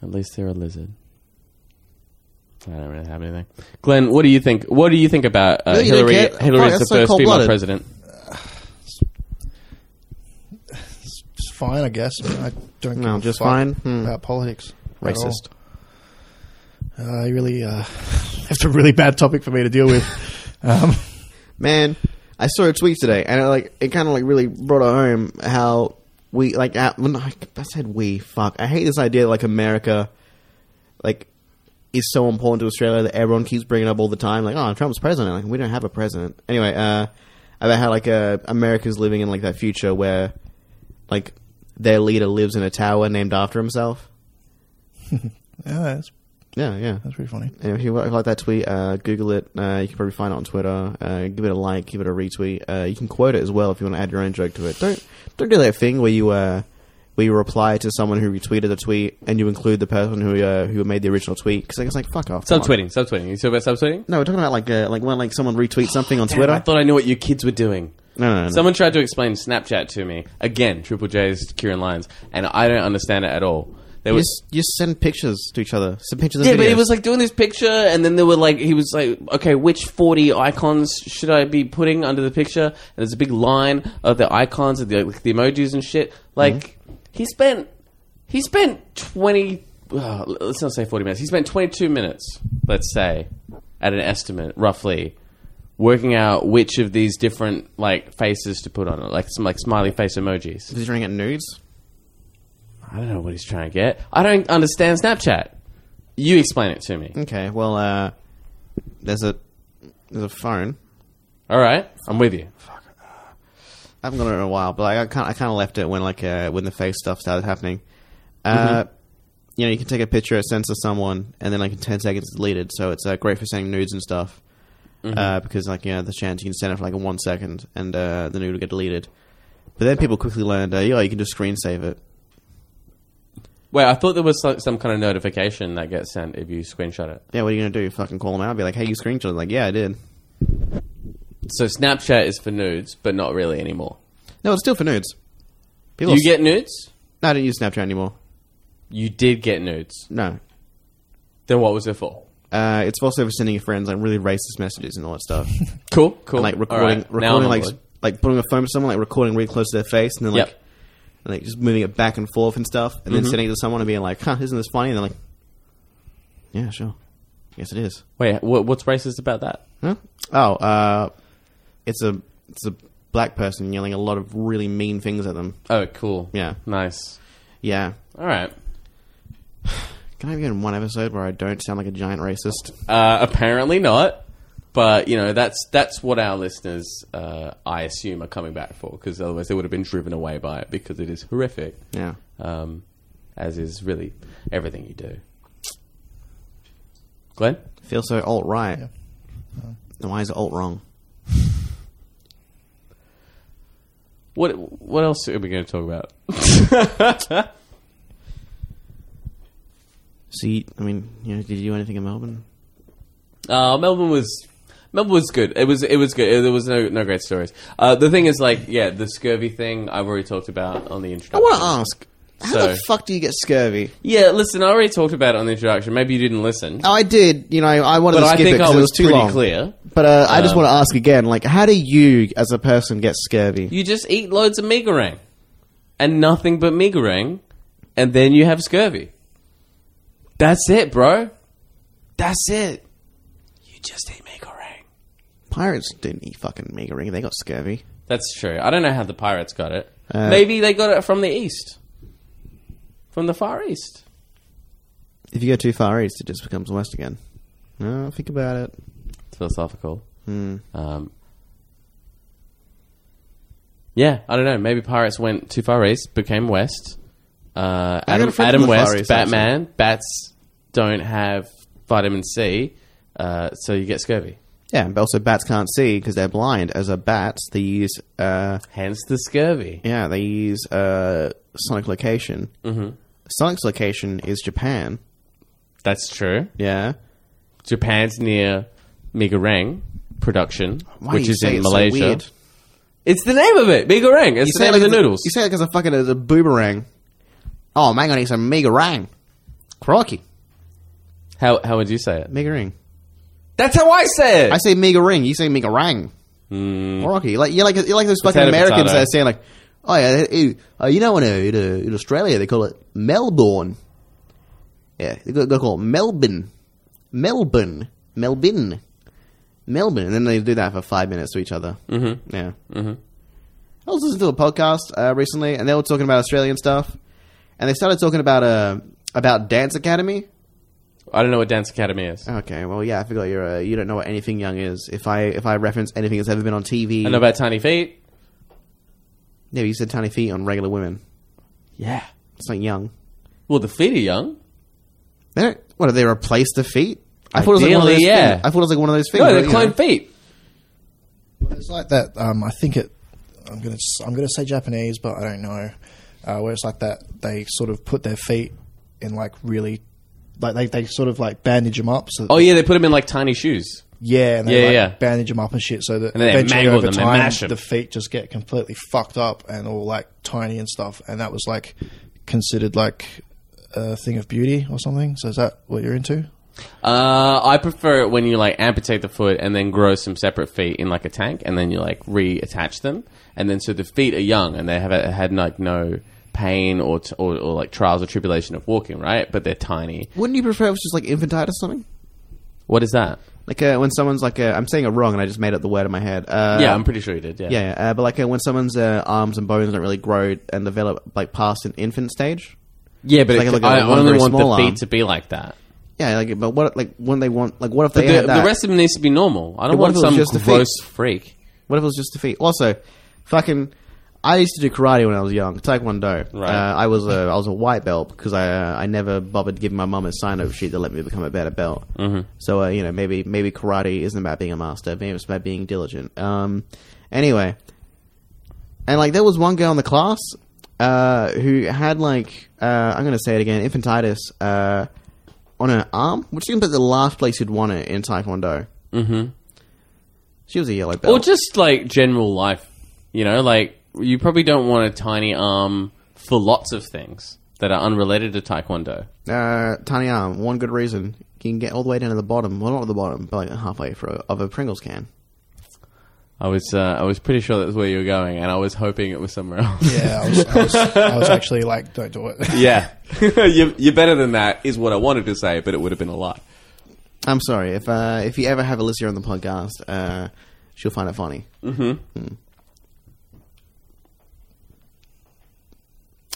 Speaker 2: at least they're a lizard. I don't really have anything. Glenn, what do you think? What do you think about uh,
Speaker 3: No, you don't
Speaker 2: Hillary?
Speaker 3: care.
Speaker 2: Hillary
Speaker 3: Fuck,
Speaker 2: is the
Speaker 3: that's so
Speaker 2: first female
Speaker 3: cold-blooded.
Speaker 2: president.
Speaker 1: It's fine, I guess. I don't
Speaker 3: No,
Speaker 1: give a
Speaker 3: just
Speaker 1: fuck
Speaker 3: fine. Hmm.
Speaker 1: about politics. at all.
Speaker 3: Racist.
Speaker 1: Uh, you really uh, that's a really bad topic for me to deal with. Um,
Speaker 3: Man, I saw a tweet today, and it, like it kind of like really brought it home how we like. Uh, well, no, I, I said we. Fuck. I hate this idea that, like America, like is so important to Australia that everyone keeps bringing up all the time. Like, oh, Trump's president. Like, we don't have a president. Anyway, uh, about how like uh, America's living in like that future where like their leader lives in a tower named after himself.
Speaker 1: yeah, that's,
Speaker 3: Yeah, yeah.
Speaker 1: that's pretty funny.
Speaker 3: And if you like that tweet, uh, Google it. Uh, you can probably find it on Twitter. Uh, give it a like, give it a retweet. Uh, you can quote it as well if you want to add your own joke to it. Don't don't do that thing where you uh, where you reply to someone who retweeted a tweet and you include the person who uh, who made the original tweet because it's like fuck off. come on.
Speaker 2: Subtweeting, subtweeting. You still about subtweeting?
Speaker 3: No, we're talking about like uh, like when like someone retweets something on
Speaker 2: Oh, Damn,
Speaker 3: Twitter.
Speaker 2: I thought I knew what your kids were doing.
Speaker 3: no, no, no.
Speaker 2: Someone tried to explain Snapchat to me again. Triple J's Kieran Lyons, and I don't understand it at all. There
Speaker 3: you
Speaker 2: was
Speaker 3: just, you just send pictures to each other. Send pictures.
Speaker 2: yeah,
Speaker 3: and
Speaker 2: but he
Speaker 3: videos.
Speaker 2: was like doing this picture, and then there were like he was like, okay, which forty icons should I be putting under the picture? And there's a big line of the icons of the like, the emojis and shit. Like he spent he spent twenty. Uh, let's not say forty minutes. He spent twenty two minutes, let's say, at an estimate roughly, working out which of these different like faces to put on it, like some like smiley face emojis.
Speaker 3: Was he trying to get nudes?
Speaker 2: I don't know what he's trying to get. I don't understand Snapchat. You explain it to me.
Speaker 3: Okay, well, uh, there's a there's a phone.
Speaker 2: All right, I'm with you.
Speaker 3: I haven't got it in a while, but like, I kind I kind of left it when like uh, when the face stuff started happening. Uh,
Speaker 2: Mm-hmm.
Speaker 3: You know, you can take a picture, censor someone, and then like in ten seconds, it's deleted. So it's uh, great for sending nudes and stuff
Speaker 2: Mm-hmm.
Speaker 3: uh, because like you know the chance you can send it for like one second and uh, the nude will get deleted. But then people quickly learned, uh, yeah, you can just screen save it.
Speaker 2: Wait, I thought there was some, some kind of notification that gets sent if you screenshot it.
Speaker 3: Yeah, what are you gonna do? Fucking call them out? and Be like, hey, you screenshot? Like, yeah, I did.
Speaker 2: So Snapchat is for nudes, but not really anymore.
Speaker 3: No, it's still for nudes. People
Speaker 2: You get nudes?
Speaker 3: No, I don't use Snapchat anymore.
Speaker 2: You did get nudes.
Speaker 3: No,
Speaker 2: Then what was it for?
Speaker 3: uh, it's also for sending your friends like really racist messages and all that stuff.
Speaker 2: Cool, cool.
Speaker 3: and, like
Speaker 2: All right,
Speaker 3: recording,
Speaker 2: now I'm
Speaker 3: recording
Speaker 2: on
Speaker 3: like
Speaker 2: board.
Speaker 3: like putting a phone to someone, like recording really close to their face, and then like
Speaker 2: Yep. Mm-hmm.
Speaker 3: and like just moving it back and forth and stuff, and then sending it to someone and being like, "Huh, isn't this funny?" And they're like, "Yeah, sure, yes, it is."
Speaker 2: Wait, what, what's racist about that?
Speaker 3: Huh? Oh, uh, it's a it's a black person yelling a lot of really mean things at them.
Speaker 2: Oh, cool.
Speaker 3: Yeah,
Speaker 2: Nice.
Speaker 3: yeah.
Speaker 2: All right.
Speaker 3: Can I be in one episode where I don't sound like a giant racist?
Speaker 2: Uh, apparently not. But you know that's that's what our listeners, uh, I assume, are coming back for because otherwise they would have been driven away by it because it is horrific,
Speaker 3: Yeah.
Speaker 2: um, as is really everything you do. Glenn,
Speaker 3: Feel so alt right. Why is it alt wrong?
Speaker 2: what what else are we going to talk about?
Speaker 3: See, I mean, you know, did you do anything in Melbourne?
Speaker 2: Uh, Melbourne was Melbourne was good. It was it was good. It- there was no no great stories. Uh, the thing is, like, yeah, the scurvy thing I've already talked about on the
Speaker 3: I
Speaker 2: introduction.
Speaker 3: want to ask, how
Speaker 2: So-
Speaker 3: the fuck do you get scurvy?
Speaker 2: Yeah, listen, I already talked about it on the introduction. Maybe you didn't listen,
Speaker 3: Oh, I did. You know, I wanted
Speaker 2: but
Speaker 3: to
Speaker 2: I
Speaker 3: skip it
Speaker 2: think I
Speaker 3: because
Speaker 2: was,
Speaker 3: it was too
Speaker 2: pretty
Speaker 3: long.
Speaker 2: clear.
Speaker 3: But uh, I just
Speaker 2: Um,
Speaker 3: want to ask again, like, how do you, as a person, get scurvy?
Speaker 2: You just eat loads of megarang and nothing but megarang, and then you have scurvy. That's it, bro. That's it. You just eat megarang.
Speaker 3: Pirates didn't eat fucking mega ring; they got scurvy.
Speaker 2: That's true. I don't know how the pirates got it.
Speaker 3: Uh,
Speaker 2: Maybe they got it from the east, from the far east.
Speaker 3: If you go too far east, it just becomes west again. No, think about it.
Speaker 2: It's philosophical.
Speaker 3: Hmm.
Speaker 2: Um, yeah, I don't know. Maybe pirates went too far east, became west. Uh,
Speaker 3: I got
Speaker 2: Adam,
Speaker 3: a friend
Speaker 2: Adam
Speaker 3: from the Far
Speaker 2: West,
Speaker 3: East,
Speaker 2: Batman. Bats don't have vitamin C, uh, so you get scurvy.
Speaker 3: Yeah, but also bats can't see because they're blind. As a bat, they use, uh,
Speaker 2: Hence the scurvy.
Speaker 3: yeah, they use uh, sonic location. Mm-hmm. Sonic's location is Japan.
Speaker 2: That's true.
Speaker 3: Yeah,
Speaker 2: Japan's near Migarang production,
Speaker 3: Why do
Speaker 2: which
Speaker 3: you
Speaker 2: is
Speaker 3: say
Speaker 2: in
Speaker 3: it's so
Speaker 2: Malaysia.
Speaker 3: weird?
Speaker 2: It's the name of it, Migarang. It's the
Speaker 3: say
Speaker 2: name
Speaker 3: it
Speaker 2: of the
Speaker 3: like it's a-
Speaker 2: noodles.
Speaker 3: You say it because I fucking it's a boomerang. Oh, man, gonna eat some mega rang. Crocky,
Speaker 2: how how would you say it?
Speaker 3: mega ring.
Speaker 2: That's how I say it.
Speaker 3: I say mega ring. You say mega rang. Crocky, like you're like you're like those fucking
Speaker 2: Potato,
Speaker 3: Americans
Speaker 2: potato.
Speaker 3: that are saying like, oh yeah, eh, eh, uh, you know in, uh, in, uh, in Australia they call it Melbourne. Yeah, they go, they call it Melbourne, Melbourne, Melbourne, Melbourne, and then they do that for five minutes to each other. Mm-hmm. Yeah. I was listening to a podcast uh, recently, and they were talking about Australian stuff, and they started talking about uh, about Dance Academy.
Speaker 2: I don't know what Dance Academy is.
Speaker 3: Okay, well, yeah, I forgot you're uh, you don't know what anything young is. If I if I reference anything that's ever been on TV,
Speaker 2: I know about tiny feet.
Speaker 3: yeah, but you said tiny feet on regular women.
Speaker 2: Yeah.
Speaker 3: It's not young.
Speaker 2: Well, the feet are young.
Speaker 3: They don't, what do they replace the feet? I thought it was like one of
Speaker 2: Ideally,
Speaker 3: those.
Speaker 2: yeah.
Speaker 3: Things. I thought it was like one of those things.
Speaker 2: No,
Speaker 3: where,
Speaker 2: they're
Speaker 3: you
Speaker 2: cloned
Speaker 3: know-
Speaker 2: feet.
Speaker 1: It's like that. Um, I think it. I'm gonna. s- I'm gonna say Japanese, but I don't know. Uh, where it's like that, they sort of put their feet in like really, like they, they sort of like bandage them up. So that-
Speaker 2: Oh yeah, they put them in like tiny shoes.
Speaker 1: yeah, and they
Speaker 2: yeah,
Speaker 1: like
Speaker 2: yeah.
Speaker 1: bandage them up and shit, so that
Speaker 2: then they
Speaker 1: eventually
Speaker 2: mangle
Speaker 1: over
Speaker 2: them, they
Speaker 1: time
Speaker 2: mash 'em.
Speaker 1: the feet just get completely fucked up and all like tiny and stuff. And that was like considered like a thing of beauty or something. So is that what you're into?
Speaker 2: Uh, I prefer it when you like amputate the foot and then grow some separate feet in like a tank, and then you like reattach them, and then so the feet are young and they have uh, had like no pain or, t- or or like trials or tribulation of walking, right? But they're tiny.
Speaker 3: Wouldn't you prefer it was just like infantile or something?
Speaker 2: What is that?
Speaker 3: Like uh, when someone's like, uh, I'm saying it wrong, and I just made up the word in my head. Uh,
Speaker 2: yeah, I'm pretty sure you did. Yeah.
Speaker 3: yeah, yeah, uh, but like uh, when someone's uh, arms and bones don't really grow and develop like past an infant stage. Yeah, but
Speaker 5: Like,
Speaker 3: it's-
Speaker 5: look,
Speaker 3: I
Speaker 5: I
Speaker 3: want
Speaker 5: only
Speaker 3: very
Speaker 5: want
Speaker 3: small
Speaker 5: the
Speaker 3: arm.
Speaker 5: feet to be like that.
Speaker 3: Yeah, like but what like when they want like what if they
Speaker 2: The,
Speaker 3: had that?
Speaker 2: the rest of them needs to be normal. I don't
Speaker 3: What
Speaker 2: want
Speaker 3: if it was
Speaker 2: some
Speaker 3: just the feet?
Speaker 2: gross freak.
Speaker 3: What if it was just the feet? Also, fucking. I used to do karate when I was young, Taekwondo.
Speaker 2: Right.
Speaker 3: Uh, I was a I was a white belt because I uh, I never bothered giving my mum a sign over sheet to let me become a better belt. Mm-hmm. So uh, you know maybe maybe karate isn't about being a master, maybe it's about being diligent. Um, anyway, and like there was one girl in the class uh, who had like uh, I'm gonna say it again, infantitis uh, on her arm, which is the last place you'd want it in Taekwondo. Mm-hmm. She was a yellow belt.
Speaker 5: Oh.
Speaker 2: Or just like general life, you know, like you probably don't want a tiny arm for lots of things that are unrelated to taekwondo.
Speaker 3: uh, tiny arm. One good reason you can get all the way down to the bottom. Well, not the bottom, but like halfway for a, of a Pringles can.
Speaker 2: I was uh, I was pretty sure that's where you were going, and I was hoping it was somewhere else.
Speaker 1: Yeah, I was, I was, I was actually like, don't do it.
Speaker 2: Yeah, you're, you're better than that is what I wanted to say, but it would have been a lie.
Speaker 3: I'm sorry if uh, if you ever have Alicia on the podcast, uh, she'll find it funny. Mm-hmm.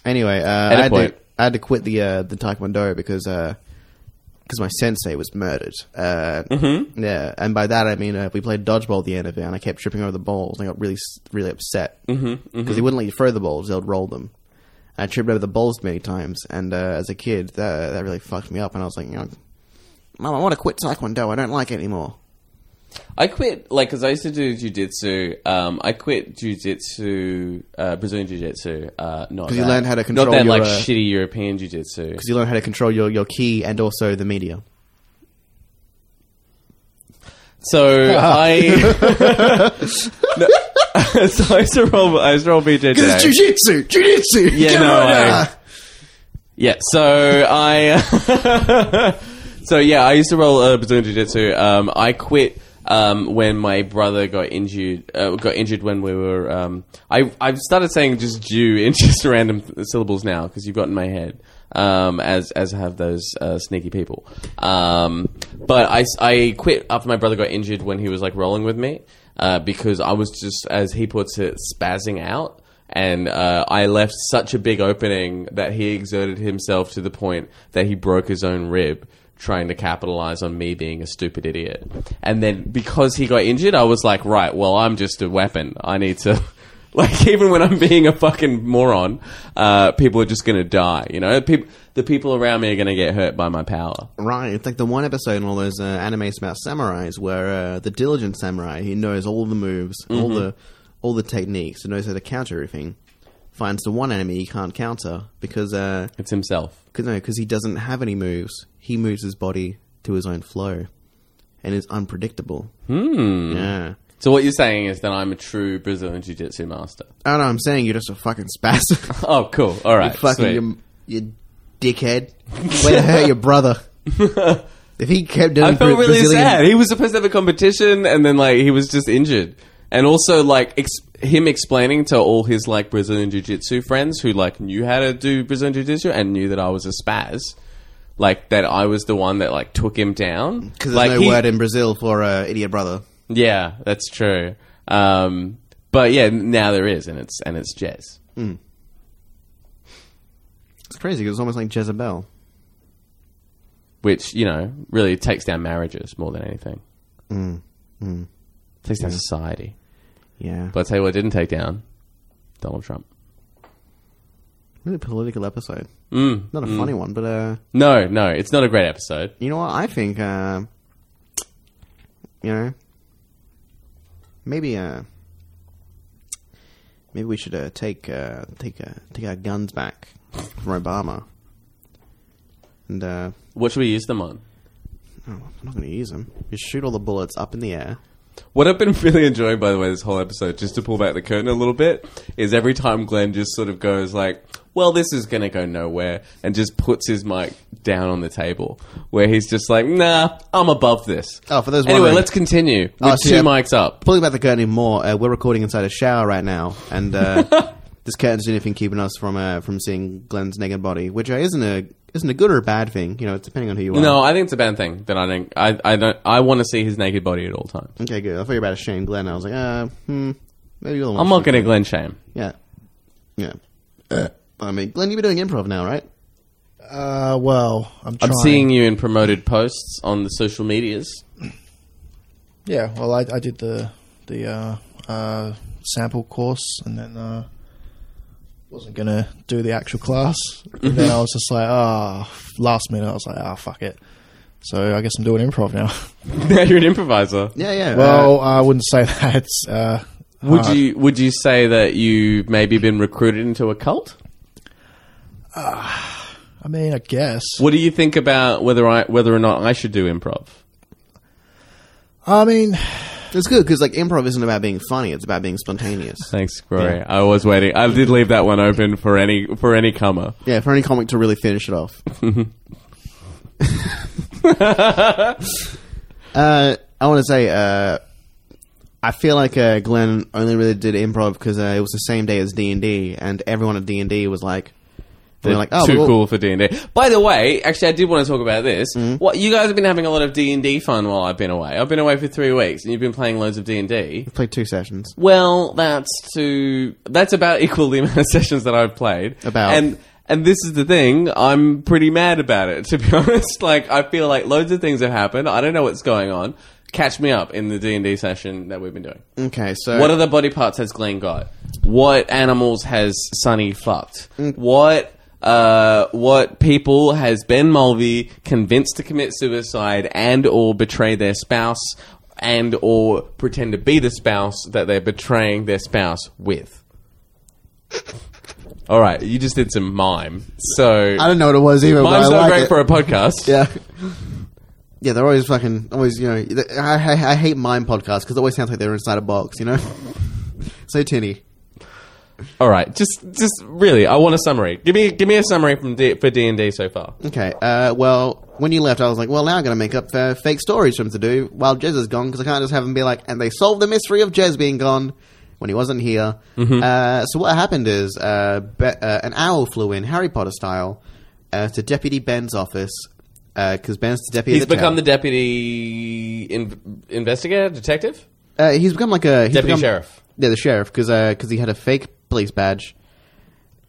Speaker 3: Anyway, uh, I, had to,
Speaker 2: point.
Speaker 3: I had to quit the uh, the taekwondo because because my sensei was murdered. Uh, Yeah, and by that I mean uh, we played dodgeball at the end of it, and I kept tripping over the balls. And I got really s- really upset because he wouldn't let you throw the balls; they'd roll them. And I tripped over the balls many times, and uh, as a kid, that that really fucked me up. And I was like, you know, Mom, I want to quit Taekwondo. I don't like it anymore.
Speaker 2: I quit, like, because I used to do jujitsu. Um, I quit jujitsu, uh, Brazilian jujitsu. Uh, not
Speaker 3: 'Cause you
Speaker 2: that-
Speaker 3: learned how to control
Speaker 2: not that
Speaker 3: your,
Speaker 2: like
Speaker 3: uh,
Speaker 2: shitty European jujitsu.
Speaker 3: Because you learn how to control your, your key and also the media.
Speaker 2: So I, no, so I used to roll, I used to roll BJ today.
Speaker 3: jujitsu! Jujitsu!
Speaker 2: Yeah, no, I, yeah. So I, so yeah, I used to roll uh, Brazilian jiu-jitsu. Um, I quit um, when my brother got injured. Uh, got injured when we were. Um, I I've started saying just Jew in just random syllables now because you've got in my head. Um, as as have those uh, sneaky people, um, but I, s- I quit after my brother got injured when he was like rolling with me uh, because I was just as he puts it spazzing out and uh, I left such a big opening that he exerted himself to the point that he broke his own rib trying to capitalize on me being a stupid idiot. And then because he got injured, I was like, right, well, I'm just a weapon. I need to. Like even when I'm being a fucking moron, uh, people are just gonna die. You know, Peop the people around me are gonna get hurt by my power.
Speaker 3: Right, it's like the one episode in all those uh, animes about samurais where uh, the diligent samurai, he knows all the moves, all
Speaker 2: Mm-hmm.
Speaker 3: the all the techniques, he knows how to counter everything, finds the one enemy he can't counter because uh,
Speaker 2: It's himself.
Speaker 3: cause, no, 'cause he doesn't have any moves. He moves his body to his own flow and is unpredictable. Hmm. Yeah.
Speaker 2: So what you're saying is that I'm a true Brazilian jiu-jitsu master.
Speaker 3: I don't know, I'm saying you're just a fucking spaz.
Speaker 2: Oh, cool. All right,
Speaker 3: You fucking
Speaker 2: sweet.
Speaker 3: your, your dickhead. Way to hurt your brother. if he kept doing
Speaker 2: I felt really
Speaker 3: Brazilian,
Speaker 2: sad. He was supposed to have a competition, and then like he was just injured, and also like ex- him explaining to all his like Brazilian jiu-jitsu friends who like knew how to do Brazilian jiu-jitsu and knew that I was a spaz, like that I was the one that like took him down.
Speaker 3: because there's
Speaker 2: like,
Speaker 3: no
Speaker 2: he-
Speaker 3: word in Brazil for uh, idiot brother.
Speaker 2: Yeah, that's true. Um, but yeah, now there is, and it's and it's jazz.
Speaker 3: It's crazy. 'cause It's almost like Jezebel.
Speaker 2: which you know really takes down marriages more than anything.
Speaker 3: Mm,
Speaker 2: Takes down society.
Speaker 3: Yeah,
Speaker 2: But I tell you what, it didn't take down Donald Trump.
Speaker 3: really political episode.
Speaker 2: Mm,
Speaker 3: Not a funny one, but uh,
Speaker 2: No, no, it's not a great episode.
Speaker 3: you know what? I think uh, you know maybe uh, maybe we should uh, take uh, take uh, take our guns back from Obama and. Uh,
Speaker 2: What should we use them on?
Speaker 3: Oh, I'm not going to use them. Just shoot all the bullets up in the air.
Speaker 2: What I've been really enjoying, by the way, this whole episode, just to pull back the curtain a little bit, is every time Glenn just sort of goes like, "Well, this is going to go nowhere," and just puts his mic down on the table, where he's just like, "Nah, I'm above this."
Speaker 3: Oh, for those
Speaker 2: anyway,
Speaker 3: wondering-
Speaker 2: let's continue. With
Speaker 3: Oh,
Speaker 2: two
Speaker 3: yeah.
Speaker 2: mics up.
Speaker 3: Pulling back the curtain even more, uh, we're recording inside a shower right now, and uh, this curtain's the only thing keeping us from uh, from seeing Glenn's naked body, which uh, isn't a isn't a good or a bad thing. You know, it's depending on who you are.
Speaker 2: No, I think it's a bad thing that I don't. I, I don't. I want to see his naked body at all times.
Speaker 3: Okay, good. I thought you were about to shame Glenn. I was like, uh, hmm, maybe you're the one. Uh,
Speaker 2: I'm not going to Glenn shame.
Speaker 3: Yeah, yeah. I mean, Glenn, you've been doing improv now, right?
Speaker 1: Uh, well, I'm
Speaker 2: I'm
Speaker 1: trying.
Speaker 2: seeing you in promoted posts on the social medias.
Speaker 1: Yeah, well, I, I did the the uh, uh, sample course, and then uh, wasn't gonna do the actual class. And
Speaker 2: Mm-hmm.
Speaker 1: then I was just like, ah, last minute, I was like, ah, fuck it. So I guess I'm doing improv now.
Speaker 2: Uh, now you're an improviser.
Speaker 3: Yeah, yeah. Uh,
Speaker 1: well, I wouldn't say that. It's, Uh,
Speaker 2: Would
Speaker 1: hard.
Speaker 2: you would you say that you've maybe been recruited into a cult?
Speaker 1: I mean, I guess.
Speaker 2: What do you think about whether I whether or not I should do improv?
Speaker 1: I mean,
Speaker 3: uh, it's good because like improv isn't about being funny; it's about being spontaneous.
Speaker 2: Thanks, Corey. I was waiting. I did leave that one open for any for any comer.
Speaker 3: Yeah, for any comic to really finish it off.
Speaker 2: Mm-hmm.
Speaker 3: uh, I want to say, uh, I feel like uh, Glenn only really did improv because uh, it was the same day as D and D, and everyone at D and D was like, they were like, oh,
Speaker 2: too
Speaker 3: well,
Speaker 2: cool for D and D. By the way, actually, I did want to talk about this.
Speaker 3: Mm-hmm.
Speaker 2: What you guys have been having a lot of D and D fun while I've been away. I've been away for three weeks, and you've been playing loads of D and D.
Speaker 3: Played two sessions.
Speaker 2: Well, that's to that's about equal the amount of sessions that I've played.
Speaker 3: About.
Speaker 2: and and this is the thing. I'm pretty mad about it to be honest. Like I feel like loads of things have happened. I don't know what's going on. Catch me up in the D and D session that we've been doing.
Speaker 3: Okay, so
Speaker 2: What other body parts has Glenn got? What animals has Sunny fucked?
Speaker 3: Mm.
Speaker 2: What uh, what people has Ben Mulvey convinced to commit suicide and or betray their spouse and or pretend to be the spouse that they're betraying their spouse with? All right, you just did some mime. So
Speaker 3: I don't know what it was even, but I
Speaker 2: mime's not
Speaker 3: like
Speaker 2: great
Speaker 3: it.
Speaker 2: for a podcast.
Speaker 3: yeah. Yeah, they're always fucking, always, you know. th- I, I, I hate mime podcasts because it always sounds like they're inside a box, you know? so tinny.
Speaker 2: All right, just just really, I want a summary. Give me give me a summary from D- for D and D so far.
Speaker 3: Okay. Uh, well, when you left, I was like, well, now I'm going to make up uh, fake stories for him to do while Jez is gone because I can't just have him be like, and they solved the mystery of Jez being gone when he wasn't here.
Speaker 2: Mm-hmm.
Speaker 3: Uh, so what happened is uh, be- uh, an owl flew in, Harry Potter style, uh, to Deputy Ben's office because Ben's the deputy.
Speaker 2: He's
Speaker 3: of the
Speaker 2: become
Speaker 3: town.
Speaker 2: the deputy in- investigator, detective.
Speaker 3: Uh, he's become like a he's
Speaker 2: Deputy
Speaker 3: become-
Speaker 2: sheriff.
Speaker 3: Yeah, the sheriff because he had a fake police badge,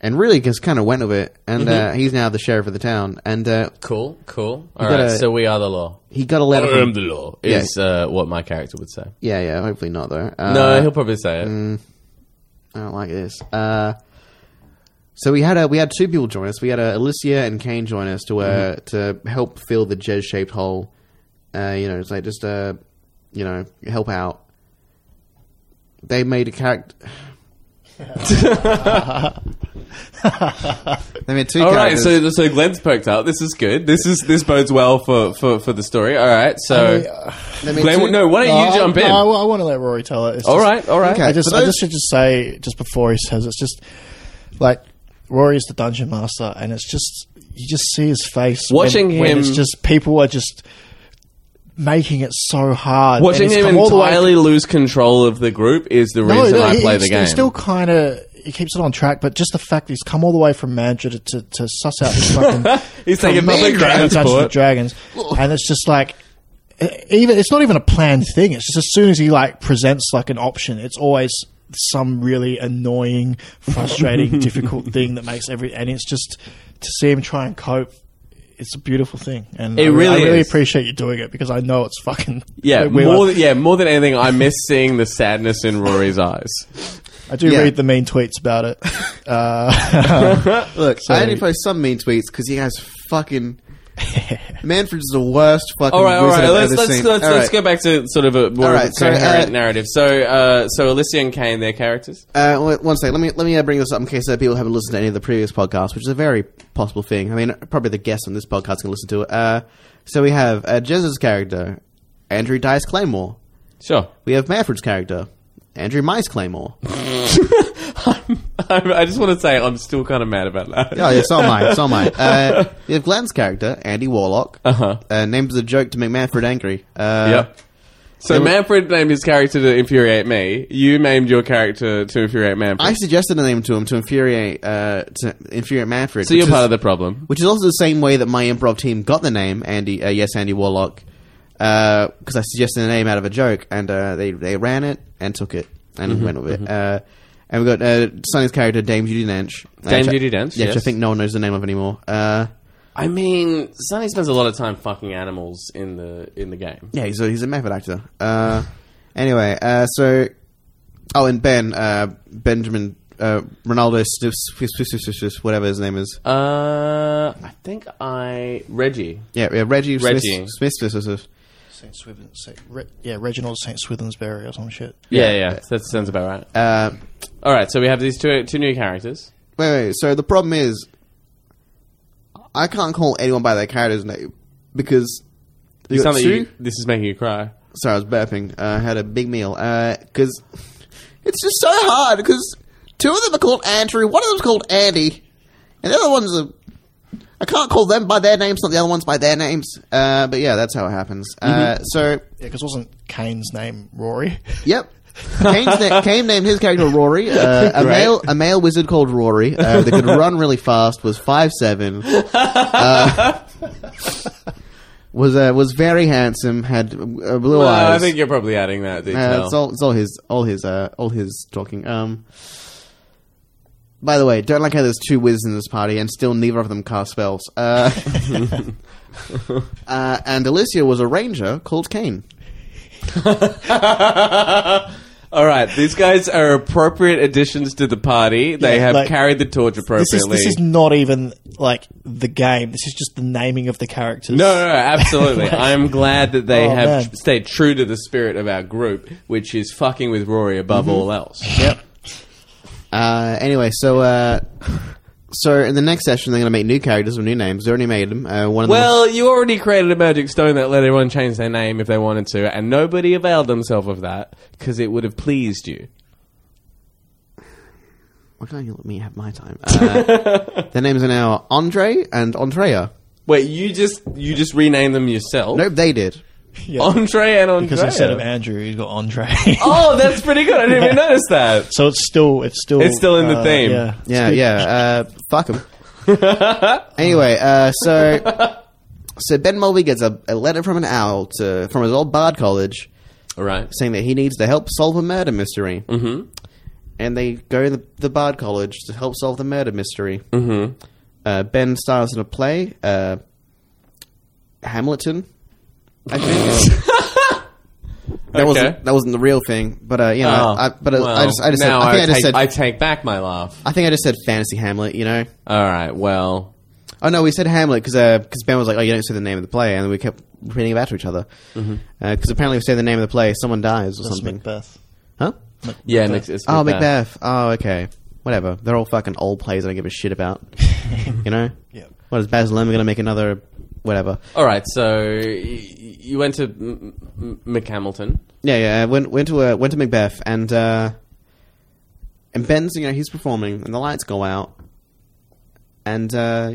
Speaker 3: and really just kind of went with it. And
Speaker 2: Mm-hmm.
Speaker 3: uh, he's now the sheriff of the town. And uh,
Speaker 2: Cool, cool. All
Speaker 3: got
Speaker 2: right,
Speaker 3: a-
Speaker 2: so we are the law.
Speaker 3: he got a letter.
Speaker 2: I am
Speaker 3: From,
Speaker 2: the law is uh, what my character would say.
Speaker 3: yeah, yeah. Hopefully not though. Uh,
Speaker 2: No, he'll probably say it.
Speaker 3: I don't like this. Uh, so we had uh we had two people join us. We had uh, Alicia and Kane join us to uh,
Speaker 2: Mm-hmm.
Speaker 3: to help fill the Jez shaped hole. Uh, you know, it's like just uh, you know help out. They made a character. they made two
Speaker 2: All right,
Speaker 3: characters.
Speaker 2: so so Glenn's poked out. This is good. This is this bodes well for for, for the story. All right, so
Speaker 3: they made
Speaker 2: Glenn,
Speaker 3: two- Oh,
Speaker 2: no, why don't you
Speaker 1: uh, I-
Speaker 2: jump in?
Speaker 1: no, I, want to let Rory tell it. It's
Speaker 2: all
Speaker 1: just-
Speaker 2: right, all right.
Speaker 3: Okay.
Speaker 1: I just,
Speaker 3: For
Speaker 1: I
Speaker 3: those-
Speaker 1: just should just say just before he says it's just like Rory's the dungeon master, and it's just you just see his face when-
Speaker 2: Watching
Speaker 1: when,
Speaker 2: him-
Speaker 1: It's just people are just making it so hard. and
Speaker 2: Watching
Speaker 1: he's
Speaker 2: him
Speaker 1: come all the way-
Speaker 2: entirely lose control of the group is the
Speaker 1: No,
Speaker 2: reason
Speaker 1: no,
Speaker 2: I
Speaker 1: he-
Speaker 2: play
Speaker 1: he's-
Speaker 2: the game.
Speaker 1: He's still kind of he keeps it on track, but just the fact that he's come all the way from Manchester to, to, to suss out this fucking
Speaker 2: He's taking
Speaker 1: from
Speaker 2: public
Speaker 1: Dungeons and
Speaker 2: transport.
Speaker 1: Dragons, and it's just like e- even it's not even a planned thing. It's just as soon as he like presents like an option, it's always some really annoying, frustrating, difficult thing that makes every and it's just to see him try and cope. It's a beautiful thing, and I,
Speaker 2: It
Speaker 1: re- I
Speaker 2: really
Speaker 1: really
Speaker 2: is.
Speaker 1: appreciate you doing it because I know it's fucking
Speaker 2: yeah,
Speaker 1: we- we
Speaker 2: more
Speaker 1: are-
Speaker 2: than, yeah, more than anything, I miss seeing the sadness in Rory's eyes.
Speaker 1: I do
Speaker 3: Yeah.
Speaker 1: read the mean tweets about it. Uh,
Speaker 3: Look,
Speaker 1: So-
Speaker 3: I only post some mean tweets because he has fucking. Manfred's the worst fucking.
Speaker 2: All right, all
Speaker 3: wizard
Speaker 2: right.
Speaker 3: I've
Speaker 2: Let's
Speaker 3: ever
Speaker 2: let's
Speaker 3: seen.
Speaker 2: let's,
Speaker 3: All
Speaker 2: let's
Speaker 3: right.
Speaker 2: go back to sort of a more
Speaker 3: All
Speaker 2: of a
Speaker 3: right, so,
Speaker 2: coherent
Speaker 3: uh,
Speaker 2: narrative. So, uh, so Alicia and Kane, their characters.
Speaker 3: Uh, wait, one second. Let me let me uh, bring this up in case uh, people haven't listened to any of the previous podcasts, which is a very possible thing. I mean, probably the guests on this podcast can listen to it. Uh, so we have uh, Jez's character, Andrew Dice Claymore.
Speaker 2: Sure.
Speaker 3: We have Manfred's character, Andrew Mice Claymore. oh
Speaker 2: I, I just want to say I'm still kind of mad about that.
Speaker 3: yeah, so am I. So am I. Uh, we have Glenn's character, Andy Warlock.
Speaker 2: Uh-huh.
Speaker 3: Uh, named as a joke to make Manfred angry. Uh,
Speaker 2: Yep. So
Speaker 3: There was-
Speaker 2: Manfred named his character to infuriate me. You named your character to infuriate Manfred.
Speaker 3: I suggested a name to him to infuriate uh, to infuriate Manfred.
Speaker 2: so you're part of the problem.
Speaker 3: which is also the same way that my improv team got the name Andy. Uh, yes, Andy Warlock, because I suggested a name out of a joke, and uh, they they ran it and took it and
Speaker 2: Mm-hmm,
Speaker 3: went with it. Uh, and we got uh, Sonny's character Dame Judy Dench.
Speaker 2: Dame
Speaker 3: which I-
Speaker 2: Judi Dench,
Speaker 3: yeah, which I
Speaker 2: yes.
Speaker 3: think no one knows the name of anymore. Uh,
Speaker 2: I mean, Sonny spends a lot of time fucking animals in the in the game.
Speaker 3: Yeah, he's a, he's a method actor. Uh, anyway, uh, so oh, and Ben uh, Benjamin uh, Ronaldo Sniffs whatever his name is.
Speaker 2: Uh, I think I Reggie.
Speaker 3: Yeah, yeah Reggie Smith-
Speaker 2: Reggie.
Speaker 3: Smith. Smith, Smith, Smith.
Speaker 1: Saint Swithin, Saint, Re, yeah, Reginald Saint Swithinsbury or some shit.
Speaker 2: Yeah, yeah, that sounds about right.
Speaker 3: Uh,
Speaker 2: All right, so we have these two two new characters.
Speaker 3: wait, wait. So the problem is, I can't call anyone by their character's name because you got
Speaker 2: Something
Speaker 3: two.
Speaker 2: you- this is making you cry.
Speaker 3: Sorry, I was burping. Uh, I had a big meal. Because it's just so hard. Because two of them are called Andrew, one of them's called Andy, and the other ones are. I can't call them by their names, not the other ones by their names. Uh, but yeah, that's how it happens. Uh, so,
Speaker 1: Yeah, because wasn't Kane's name Rory?
Speaker 3: yep. Kane's na- Kane named his character Rory. Uh, a male, a male wizard called Rory uh, that could run really fast. Was five seven. Uh, was uh, was very handsome. Had uh, blue
Speaker 2: Well,
Speaker 3: eyes.
Speaker 2: I think you're probably adding that detail.
Speaker 3: Uh, it's all it's all his all his uh, all his talking. Um. By the way, don't like how there's two wizards in this party, and still neither of them cast spells. Uh, uh, and Alicia was a ranger called Kane.
Speaker 2: All right, these guys are appropriate additions to the party. They
Speaker 1: Yeah,
Speaker 2: have
Speaker 1: like-
Speaker 2: carried the torch
Speaker 1: This
Speaker 2: appropriately.
Speaker 1: is this is not even like the game. This is just the naming of the characters.
Speaker 2: no, no, no, absolutely. I'm glad that they
Speaker 1: Oh,
Speaker 2: have
Speaker 1: man.
Speaker 2: tr- stayed true to the spirit of our group, which is fucking with Rory above
Speaker 1: Mm-hmm.
Speaker 2: all else.
Speaker 3: Yep. Uh, anyway, so uh, so in the next session they're going to make new characters with new names. They already made them. Uh, one of
Speaker 2: Well, you already created a magic stone that let everyone change their name if they wanted to, and nobody availed themselves of that because it would have pleased you.
Speaker 3: them. Why can't you let me have my time? Uh, their names are now Andre and Andrea.
Speaker 2: Wait, you just you just renamed them yourself?
Speaker 3: Nope, they did.
Speaker 1: Yeah,
Speaker 2: Andre and Andre.
Speaker 1: because instead of Andrew, he's got Andre.
Speaker 2: oh, that's pretty good. I didn't even notice that.
Speaker 1: so it's still it's still
Speaker 2: It's still in the theme.
Speaker 1: Yeah,
Speaker 3: Yeah, yeah. Uh, fuck him. anyway, uh, so so Ben Mulvey gets a, a letter from an owl to from his old bard college
Speaker 2: All right.
Speaker 3: saying that he needs to help solve a murder mystery. Mm-hmm. And they go to the, the bard college to help solve the murder mystery. Mm-hmm. Uh, ben stars in a play, uh, Hamilton. I think. That wasn't that wasn't the real thing, but uh, you know,
Speaker 2: Oh,
Speaker 3: I, but uh, I
Speaker 2: well,
Speaker 3: just I just said,
Speaker 2: now
Speaker 3: I think I, just
Speaker 2: take,
Speaker 3: said
Speaker 2: I
Speaker 3: I,
Speaker 2: take back my laugh.
Speaker 3: think I just said fantasy Hamlet, you know.
Speaker 2: All right. Well,
Speaker 3: Oh no, we said Hamlet because Ben was like, "Oh, you don't say the name of the play," and we kept repeating it back to each other because
Speaker 2: Mm-hmm.
Speaker 3: apparently, if we say the name of the play, someone dies or
Speaker 1: That's
Speaker 3: something.
Speaker 1: Macbeth.
Speaker 3: Huh?
Speaker 2: yeah. It's, it's
Speaker 3: Oh,
Speaker 2: Macbeth.
Speaker 3: Macbeth. Oh, okay. Whatever. They're all fucking old plays. I don't give a shit about. you know.
Speaker 1: Yep.
Speaker 3: What is Baz Luhrmann going to make another? Whatever.
Speaker 2: All right. So y- you went to M- M- McHamilton.
Speaker 3: Yeah, yeah. I Went went to uh, went to Macbeth and uh, and Ben's you know he's performing and the lights go out and uh,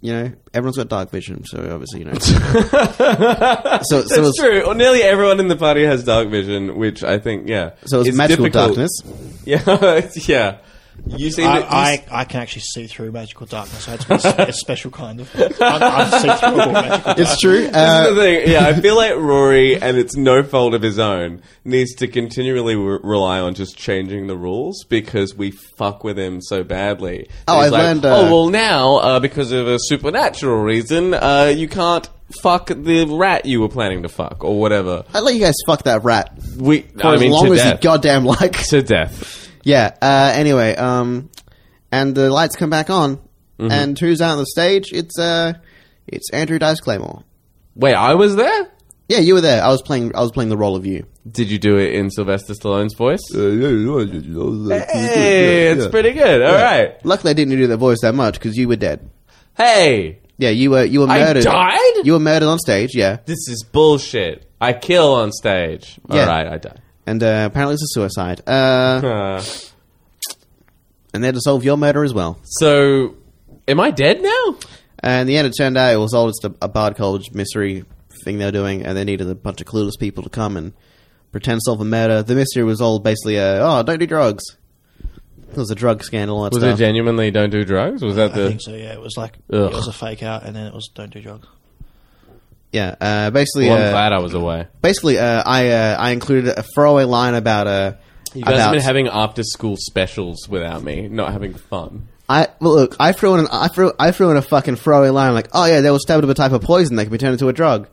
Speaker 3: you know everyone's got dark vision, so obviously you know. so so it was-
Speaker 2: That's true. Or nearly everyone in the party has dark vision, which I think, yeah.
Speaker 3: So it's,
Speaker 2: It's
Speaker 3: magical
Speaker 2: difficult.
Speaker 3: darkness.
Speaker 2: Yeah, yeah. You seem to. you
Speaker 1: I, I, I can actually see through magical darkness. So it's a special kind of. I, I see through all magical
Speaker 3: It's true. Uh,
Speaker 2: That's the thing. Yeah, I feel like Rory, and it's no fault of his own, needs to continually re- rely on just changing the rules because we fuck with him so badly.
Speaker 3: Oh,
Speaker 2: He's
Speaker 3: I
Speaker 2: like,
Speaker 3: learned, uh,
Speaker 2: oh well, now uh, because of a supernatural reason, uh, you can't fuck the rat you were planning to fuck or whatever.
Speaker 3: I let you guys fuck that rat for
Speaker 2: We, I
Speaker 3: as
Speaker 2: mean,
Speaker 3: long
Speaker 2: to
Speaker 3: as
Speaker 2: death.
Speaker 3: you goddamn like.
Speaker 2: to death.
Speaker 3: yeah. Uh, anyway, um, and the lights come back on,
Speaker 2: Mm-hmm.
Speaker 3: and who's out on the stage? It's uh, it's Andrew Dice Claymore.
Speaker 2: Wait, I was there.
Speaker 3: Yeah, you were there. I was playing. I was playing the role of you.
Speaker 2: Did you do it in Sylvester Stallone's voice? Hey,
Speaker 4: Hey,
Speaker 2: it's pretty good. All right.
Speaker 3: Luckily, I didn't do the voice that much because you were dead.
Speaker 2: Hey,
Speaker 3: Yeah, you were. You were
Speaker 2: I
Speaker 3: murdered.
Speaker 2: died?
Speaker 3: You were murdered on stage. Yeah,
Speaker 2: this is bullshit. I kill on stage.
Speaker 3: Yeah.
Speaker 2: All right, I die.
Speaker 3: and uh, apparently it's a suicide. Uh,
Speaker 2: Uh,
Speaker 3: and they had to solve your murder as well.
Speaker 2: so, am I dead now?
Speaker 3: And in the end, it turned out it was all just a, a bard college mystery thing they were doing, and they needed a bunch of clueless people to come and pretend to solve a murder. The mystery was all basically, uh, oh, don't do drugs. There was a drug scandal and all that
Speaker 2: Was it
Speaker 3: stuff.
Speaker 2: genuinely don't do drugs? Was that
Speaker 1: I think
Speaker 2: the?
Speaker 1: so. Yeah, it was like
Speaker 2: Ugh.
Speaker 1: it was a fake out, and then it was don't do drugs.
Speaker 3: yeah, uh, basically,
Speaker 2: Well, I'm
Speaker 3: uh,
Speaker 2: glad I was away.
Speaker 3: basically, uh, I uh, I included a throwaway line about uh,
Speaker 2: You guys
Speaker 3: about
Speaker 2: have been having after-school specials without me, not having fun.
Speaker 3: I well, look, I threw in an, I threw I threw in a fucking throwaway line like, oh yeah, they were stabbed with a type of poison that can be turned into a drug,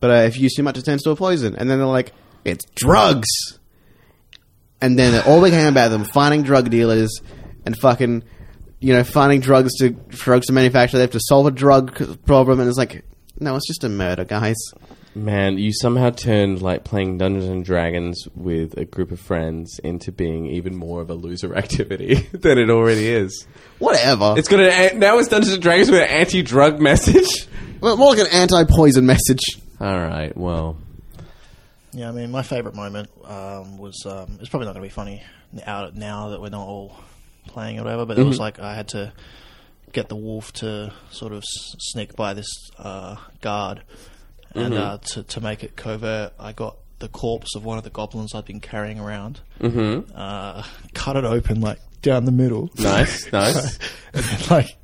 Speaker 3: but uh, if you use too much, it turns to a poison. And then they're like, it's drugs. And then it all became about them finding drug dealers and fucking, you know, finding drugs to drugs to manufacture. They have to solve a drug c- problem, and it's like, no, it's just a murder, guys.
Speaker 2: Man, you somehow turned like playing Dungeons and Dragons with a group of friends into being even more of a loser activity than it already is.
Speaker 3: Whatever.
Speaker 2: It's got an now it's Dungeons and Dragons with an anti-drug message.
Speaker 3: Well, more like an anti-poison message.
Speaker 2: All right, well,
Speaker 1: Yeah, I mean, my favourite moment um, was um, it's probably not going to be funny out now that we're not all playing or whatever, but it was like I had to get the wolf to sort of s- sneak by this uh, guard, and uh, to to make it covert, I got the corpse of one of the goblins I'd been carrying around, mm-hmm. uh, cut it open like down the middle,
Speaker 2: nice, nice.
Speaker 1: and then, like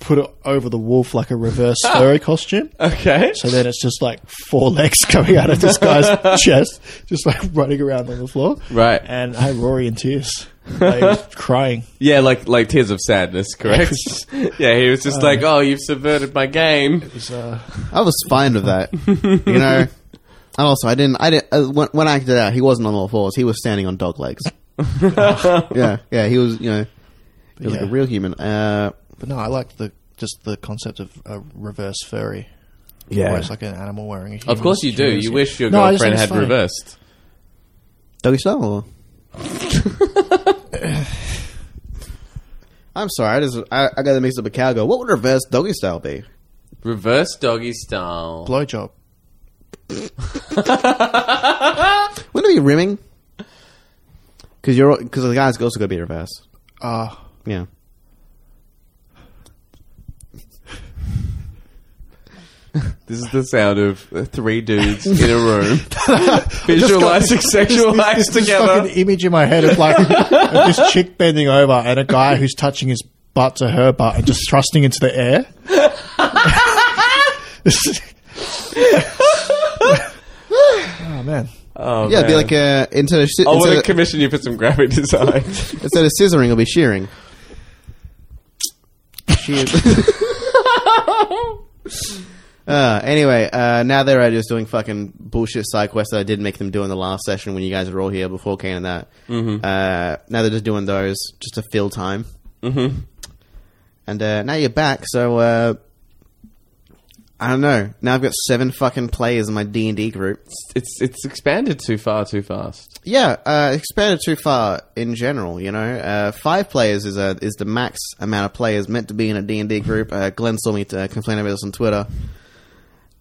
Speaker 1: put it over the wolf like a reverse furry costume.
Speaker 2: Okay.
Speaker 1: So then it's just like four legs coming out of this guy's chest, just like running around on the floor.
Speaker 2: Right.
Speaker 1: And I had Rory in tears, like crying.
Speaker 2: Yeah, like like tears of sadness, correct? yeah, he was just like, "Oh, you've subverted my game."
Speaker 1: It was, uh,
Speaker 3: I was fine with that, you know. And also, I didn't. I didn't. Uh, when, when I acted out, he wasn't on all fours. He was standing on dog legs. yeah, yeah. He was, you know, he was like
Speaker 1: Yeah.
Speaker 3: a real human. Uh,
Speaker 1: but no, I like the just the concept of a reverse furry.
Speaker 2: Yeah.
Speaker 1: Where it's like an animal wearing a human.
Speaker 2: Of course, you do. You wish your
Speaker 1: No, I just
Speaker 2: girlfriend
Speaker 1: think
Speaker 2: had
Speaker 1: it's funny.
Speaker 2: reversed.
Speaker 3: doggy style. Or? I'm sorry. I just I, I got to mix up a cowgirl. What would reverse doggy style be?
Speaker 2: Reverse doggy style.
Speaker 1: Blowjob.
Speaker 3: Wouldn't it be rimming? Because you're because the guy's also got to be reverse.
Speaker 1: Uh,
Speaker 3: Yeah.
Speaker 2: This is the sound of uh, three dudes in a room visualizing sexual acts
Speaker 1: this
Speaker 2: together.
Speaker 1: fucking image in my head of like of this chick bending over and a guy who's touching his butt to her butt and just thrusting into the air. oh man.
Speaker 2: Oh,
Speaker 3: Yeah, it'd be
Speaker 2: man.
Speaker 3: like uh, instead of sci-
Speaker 2: I
Speaker 3: instead
Speaker 2: want to
Speaker 3: of-
Speaker 2: commission you for some graphic design.
Speaker 3: Instead of scissoring, it'll be shearing. Shear. uh, anyway, uh, now they're uh, just doing fucking bullshit side quests that I did make them do in the last session when you guys were all here before Kane and that. Uh, now they're just doing those just to fill time.
Speaker 2: Mhm.
Speaker 3: And uh, now you're back, so uh, I don't know. Now I've got seven fucking players in my D and D group.
Speaker 2: It's it's expanded too far, too fast.
Speaker 3: Yeah, uh, expanded too far in general. You know, uh, five players is a, is the max amount of players meant to be in a D and D group. Uh, Glenn saw me uh, complain about this on Twitter.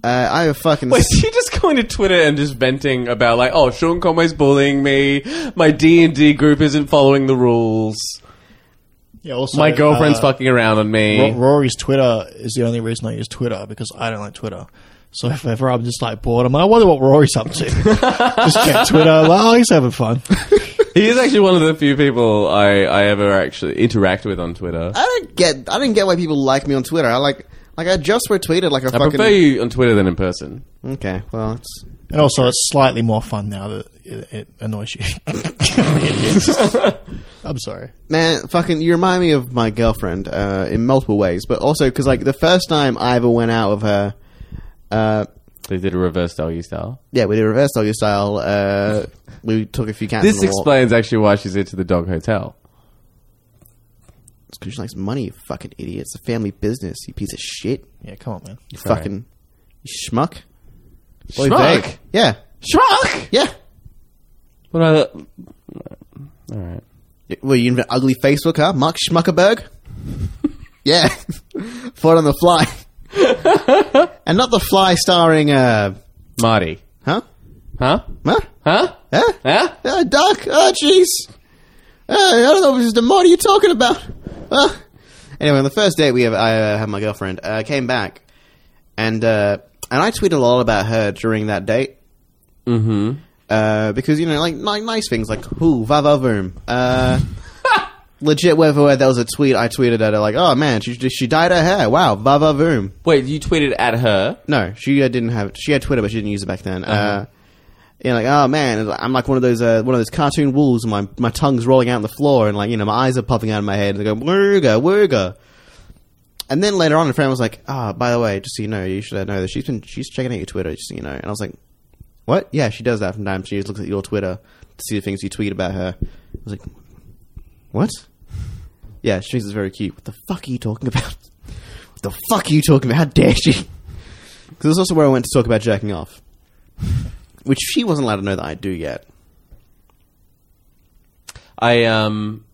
Speaker 3: Uh, I have fucking
Speaker 2: Wait, is she just going to Twitter and just venting about like, oh, Sean Conway's bullying me. My D and D group isn't following the rules.
Speaker 1: Yeah, also
Speaker 2: My girlfriend's
Speaker 1: uh,
Speaker 2: fucking around on me.
Speaker 1: Ro- Rory's Twitter is the only reason I use Twitter because I don't like Twitter. So if ever I'm just like bored, I'm like, I wonder what Rory's up to. just get Twitter. Like, oh, he's having fun.
Speaker 2: he is actually one of the few people I, I ever actually interact with on Twitter.
Speaker 3: I don't get. I didn't get why people like me on Twitter. I like like I just retweeted like a
Speaker 2: I
Speaker 3: fucking.
Speaker 2: prefer you on Twitter than in person.
Speaker 3: Okay, well, it's,
Speaker 1: And also, it's slightly more fun now that it, it annoys you. I'm sorry.
Speaker 3: man, fucking, you remind me of my girlfriend uh, in multiple ways, but also because like the first time I ever went out with her. Uh,
Speaker 2: They did a reverse doggy style.
Speaker 3: yeah, we did reverse doggy style. Uh, we took a few cats.
Speaker 2: This
Speaker 3: on a walk.
Speaker 2: explains actually why she's into the dog hotel.
Speaker 3: It's because she likes money, you fucking idiot. It's a family business, you piece of shit.
Speaker 1: Yeah, come on, man.
Speaker 3: You
Speaker 2: Sorry.
Speaker 3: fucking you schmuck. Boy,
Speaker 2: Schmuck?
Speaker 3: vague. Yeah.
Speaker 2: Schmuck!
Speaker 3: Yeah.
Speaker 2: What about the- All right.
Speaker 3: Y- Well, you invent ugly Facebook, huh? Mark Schmuckerberg? yeah. Fought on the fly. and not the fly starring, uh,
Speaker 2: Marty.
Speaker 3: huh?
Speaker 2: Huh?
Speaker 3: Huh?
Speaker 2: Huh?
Speaker 3: Huh?
Speaker 2: Huh?
Speaker 3: Uh, Doc? Oh, jeez. Uh, I don't know if this is the mod you're talking about. Uh. Anyway, on the first date we have, I uh, had my girlfriend, uh, came back, and uh, and I tweeted a lot about her during that date.
Speaker 2: Mm-hmm.
Speaker 3: Uh, because you know, like ni- nice things like "who va va voom." Uh, legit, word for word, that was a tweet I tweeted at her, like, "Oh man, she she dyed her hair. Wow, va va voom."
Speaker 2: Wait, you tweeted at her.
Speaker 3: No, she uh, didn't have. She had Twitter, but she didn't use it back then. uh you know, like oh man, it's like- I'm like one of those uh, one of those cartoon wolves, and my my tongue's rolling out on the floor, and like you know, my eyes are popping out of my head, and they go wurga wurga. And then later on, a friend was like, "Ah, by the way, just so you know, you should uh, know that she's been she's checking out your Twitter, just so you know." And I was like, "What? Yeah, she does that from time. She just looks at your Twitter to see the things you tweet about her." I was like, "What? Yeah, she thinks it's very cute. What the fuck are you talking about? What the fuck are you talking about? How dare she?" Because this is also where I went to talk about jacking off, which she wasn't allowed to know that I do yet.
Speaker 2: I um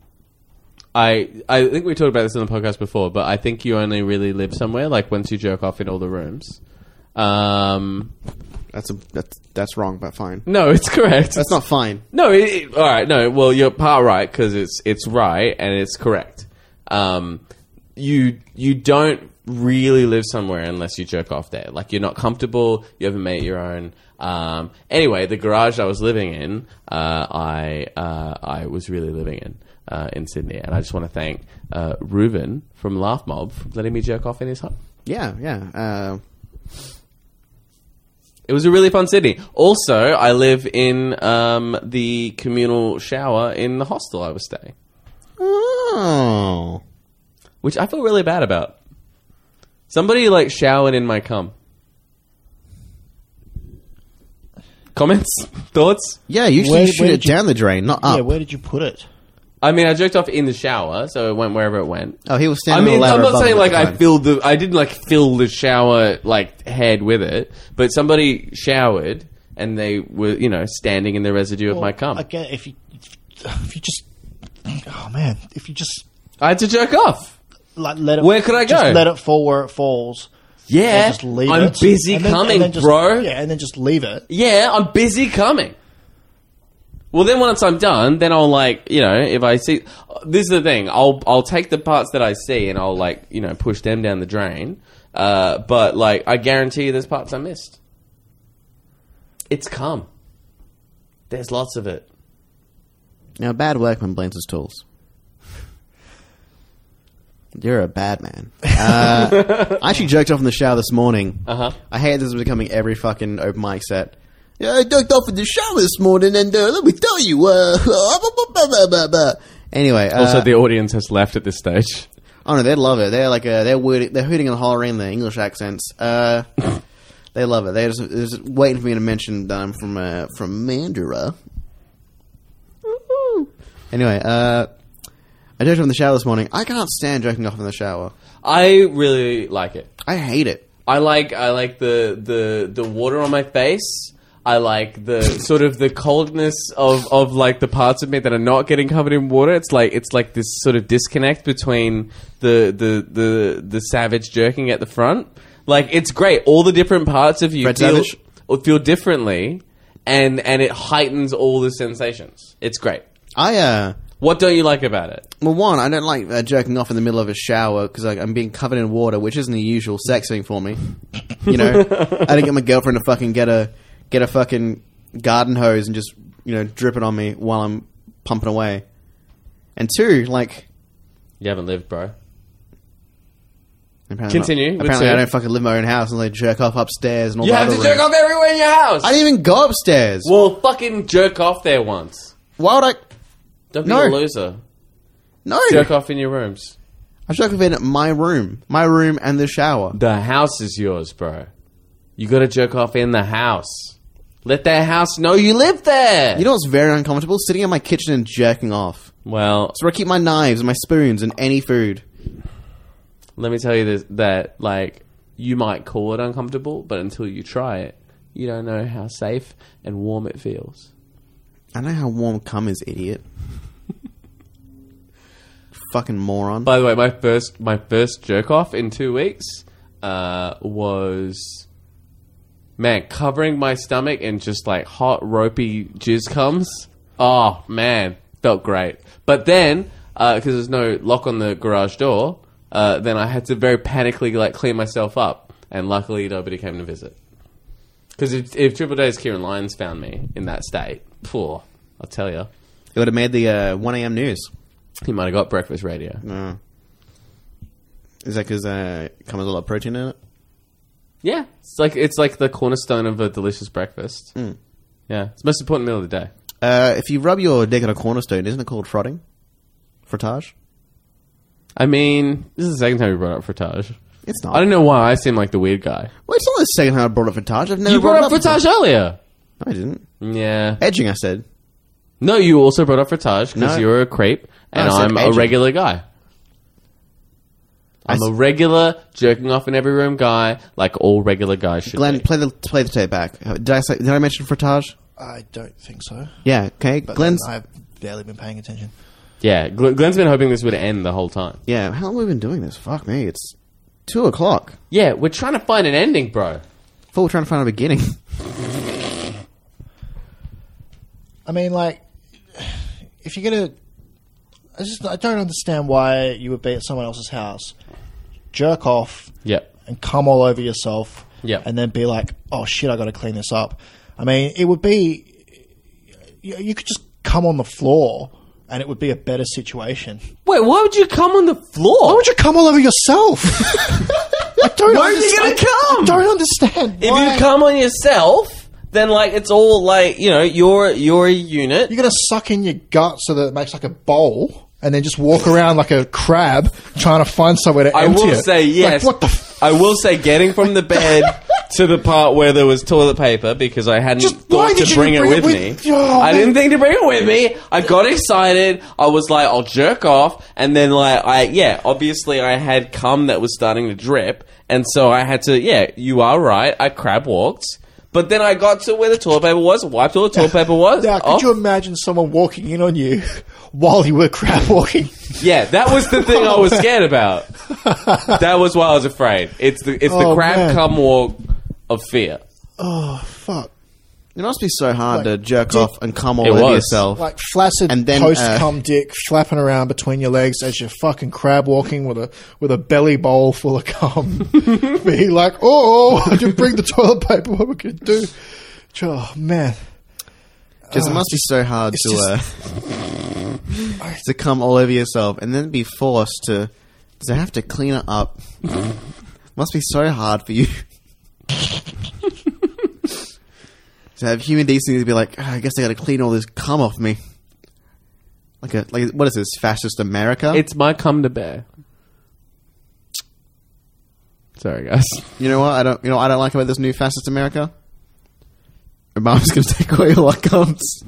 Speaker 2: I I think we talked about this in the podcast before, but I think you only really live somewhere like once you jerk off in all the rooms. Um
Speaker 3: That's a that's that's wrong, but fine.
Speaker 2: no, it's correct.
Speaker 3: That's not fine.
Speaker 2: No, it, it- all right. No, well, you're part right because it's it's right and it's correct. Um, you you don't really live somewhere unless you jerk off there. Like you're not comfortable. You haven't made it your own. Um, anyway, the garage I was living in, uh, I uh, I was really living in uh, in Sydney, and I just want to thank uh, Reuben from Laugh Mob for letting me jerk off in his home.
Speaker 3: Yeah, yeah. Uh,
Speaker 2: It was a really fun city. Also, I live in um, the communal shower in the hostel I was staying.
Speaker 3: oh.
Speaker 2: which I feel really bad about. Somebody like showered in my cum. Comments, thoughts.
Speaker 3: Yeah, usually
Speaker 1: Where-
Speaker 3: you shoot
Speaker 1: where
Speaker 3: it
Speaker 1: did you-
Speaker 3: down the drain, not up.
Speaker 1: Yeah, where did you put it?
Speaker 2: I mean, I jerked off in the shower, so it went wherever it went.
Speaker 3: oh, he was
Speaker 2: I
Speaker 3: standing. on
Speaker 2: mean,
Speaker 3: the ladder
Speaker 2: I'm not
Speaker 3: above
Speaker 2: saying
Speaker 3: him at
Speaker 2: like
Speaker 3: the
Speaker 2: I
Speaker 3: time.
Speaker 2: filled the. I didn't like fill the shower like head with it, but somebody showered and they were, you know, standing in the residue of my cum. I,
Speaker 1: Again, if you if you just oh man, if you just
Speaker 2: had to jerk off.
Speaker 1: like let it
Speaker 2: Where could I
Speaker 1: just
Speaker 2: go?
Speaker 1: Let it fall where it falls.
Speaker 2: Yeah,
Speaker 1: and just leave
Speaker 2: I'm
Speaker 1: it.
Speaker 2: busy
Speaker 1: And then- and
Speaker 2: coming,
Speaker 1: then just-
Speaker 2: bro.
Speaker 1: Yeah, and then just leave it.
Speaker 2: Yeah, I'm busy coming. Well, then once I'm done, then I'll like you know if I see this is the thing I'll I'll take the parts that I see and I'll like you know push them down the drain. Uh, but like I guarantee you, there's parts I missed. It's come. There's lots of it.
Speaker 3: Now, bad workman blames his tools. You're a bad man. Uh, I actually jerked off in the shower this morning.
Speaker 2: Uh-huh.
Speaker 3: I hate this is becoming every fucking open mic set. Yeah, I jerked off in the shower this morning, and uh, let me tell you. Uh, blah, blah, blah, blah, blah. Anyway, uh,
Speaker 2: Also, the audience has left at this stage.
Speaker 3: Oh no, they'd love it. They're like uh, they're word- they're hooting and hollering in their English accents. Uh, they love it. They're just, they're just waiting for me to mention that I'm from uh, from Mandurah. Anyway, uh, I jerked off in the shower this morning. I can't stand jerking off in the shower.
Speaker 2: I really like it.
Speaker 3: I hate it.
Speaker 2: I like I like the the the water on my face. I like the sort of the coldness of, of like the parts of me that are not getting covered in water. It's like it's like this sort of disconnect between the the the, the savage jerking at the front. Like it's great. All the different parts of you
Speaker 3: Fred
Speaker 2: feel
Speaker 3: Savage?
Speaker 2: or feel differently, and and it heightens all the sensations. It's great.
Speaker 3: I uh,
Speaker 2: What don't you like about it?
Speaker 3: well, one, I don't like uh, jerking off in the middle of a shower because like, I'm being covered in water, which isn't the usual sex thing for me. You know, I didn't get my girlfriend to fucking get a get a fucking garden hose and just you know drip it on me while I'm pumping away. And two, like
Speaker 2: You haven't lived, bro.
Speaker 3: apparently not-
Speaker 2: Continue with
Speaker 3: apparently,
Speaker 2: two.
Speaker 3: I don't fucking live in my own house and I jerk off upstairs and all
Speaker 2: You
Speaker 3: that.
Speaker 2: have to
Speaker 3: other
Speaker 2: jerk
Speaker 3: room.
Speaker 2: off everywhere in your house.
Speaker 3: I didn't even go upstairs.
Speaker 2: well, fucking jerk off there once.
Speaker 3: Why would I?
Speaker 2: Don't be
Speaker 3: No.
Speaker 2: a loser.
Speaker 3: No,
Speaker 2: Jerk off in your rooms.
Speaker 3: I jerk off in my room, my room and the shower.
Speaker 2: The house is yours, bro. You gotta jerk off in the house. Let that house know you live there.
Speaker 3: You know what's very uncomfortable? Sitting in my kitchen and jerking off.
Speaker 2: well,
Speaker 3: It's where I keep my knives and my spoons and any food.
Speaker 2: let me tell you this, that like you might call it uncomfortable, but until you try it, you don't know how safe and warm it feels.
Speaker 3: I know how warm cum is, idiot. Fucking moron.
Speaker 2: By the way, my first my first jerk off in two weeks uh, was man covering my stomach in just like hot ropey jizz comes. Oh man, felt great. But then because there's no lock on the garage door, uh, then I had to very panically like clean myself up, and luckily nobody came to visit. Because if, if Triple D's Kieran Lyons found me in that state, poor, I'll tell you,
Speaker 3: it would have made the uh, 1 a.m. news.
Speaker 2: he might have got breakfast radio.
Speaker 3: Uh, is that because uh, cum has a lot of protein in it?
Speaker 2: Hmm. Yeah, it's like it's like the cornerstone of a delicious breakfast. Yeah, it's the most important meal of the day.
Speaker 3: Uh, if you rub your dick on a cornerstone, isn't it called frotting? Frottage?
Speaker 2: I mean, this is the second time you brought up frottage.
Speaker 3: It's not.
Speaker 2: I don't know why I seem like the weird guy.
Speaker 3: Well, it's not the second time I brought up frottage. I've never
Speaker 2: You brought up
Speaker 3: it
Speaker 2: frottage earlier.
Speaker 3: before. No, I didn't.
Speaker 2: Yeah.
Speaker 3: Edging, I said.
Speaker 2: No, you also brought up frottage because
Speaker 3: No.
Speaker 2: you're a creep and
Speaker 3: I said
Speaker 2: I'm a
Speaker 3: agent.
Speaker 2: regular guy. I'm a regular jerking off in every room guy, like all regular guys should.
Speaker 3: Glenn,
Speaker 2: be.
Speaker 3: play the play the tape back. Uh, Did I say, did I mention frottage?
Speaker 1: I don't think so.
Speaker 3: Yeah. Okay.
Speaker 1: But
Speaker 3: Glenn's.
Speaker 1: then I've barely been paying attention.
Speaker 2: yeah, Gl- Glenn's been hoping this would end the whole time.
Speaker 3: yeah. How long have we been doing this? Fuck me. It's two o'clock.
Speaker 2: Yeah, we're trying to find an ending, bro.
Speaker 3: Thought we we're trying to find a beginning.
Speaker 1: I mean, like, if you're gonna, I just I don't understand why you would be at someone else's house, jerk off,
Speaker 2: Yep.
Speaker 1: and come all over yourself,
Speaker 2: Yeah.
Speaker 1: and then be like, oh shit, I got to clean this up. I mean, it would be, you, you could just come on the floor, and it would be a better situation.
Speaker 2: Wait, why would you come on the floor?
Speaker 1: Why would you come all over yourself? I don't
Speaker 2: Where are you
Speaker 1: understand-
Speaker 2: gonna come?
Speaker 1: I don't understand.
Speaker 2: if
Speaker 1: why-
Speaker 2: you come on yourself, then like it's all like you know you're you're a unit.
Speaker 1: You're gonna suck in your gut so that it makes like a bowl, and then just walk around like a crab trying to find somewhere to
Speaker 2: I
Speaker 1: empty
Speaker 2: will
Speaker 1: it.
Speaker 2: say
Speaker 1: Like,
Speaker 2: yes.
Speaker 1: what the? F-
Speaker 2: I will say getting from the bed to the part where there was toilet paper because I hadn't
Speaker 1: Just why
Speaker 2: thought
Speaker 1: did
Speaker 2: to
Speaker 1: you
Speaker 2: bring it
Speaker 1: bring it
Speaker 2: with me.
Speaker 1: with- Oh,
Speaker 2: I
Speaker 1: man.
Speaker 2: didn't think to bring it with me. I got excited. I was like, I'll jerk off, and then like I yeah, obviously I had cum that was starting to drip, and so I had to yeah. You are right. I crab walked. But then I got to where the toilet paper was, wiped all the toilet paper was.
Speaker 1: now, could
Speaker 2: off.
Speaker 1: you imagine someone walking in on you while you were crab walking?
Speaker 2: Yeah, that was the thing I was scared about. That was why I was afraid. It's the it's the
Speaker 1: Oh,
Speaker 2: crab
Speaker 1: man.
Speaker 2: cum walk of fear.
Speaker 1: oh fuck!
Speaker 3: It must be so hard to jerk
Speaker 1: dick-
Speaker 3: off and come all
Speaker 2: It
Speaker 3: over
Speaker 2: was.
Speaker 3: yourself.
Speaker 1: Like flaccid
Speaker 3: And then,
Speaker 1: post
Speaker 3: uh,
Speaker 1: cum dick flapping around between your legs as you're fucking crab walking with a with a belly bowl full of cum. Be like, oh, I didn't bring the toilet paper. What we could do? Oh man.
Speaker 3: Because it must be so hard
Speaker 1: uh, It's
Speaker 3: to uh, to come all over yourself and then be forced to to have to clean it up. must be so hard for you to have human decency to be like, "Ah, I guess I got to clean all this cum off me. Like a like what is this fascist America?
Speaker 2: It's my cum to bear. Sorry, guys.
Speaker 3: you know what I don't you know what I don't like about this new fascist America. Obama's going to take away all our cums.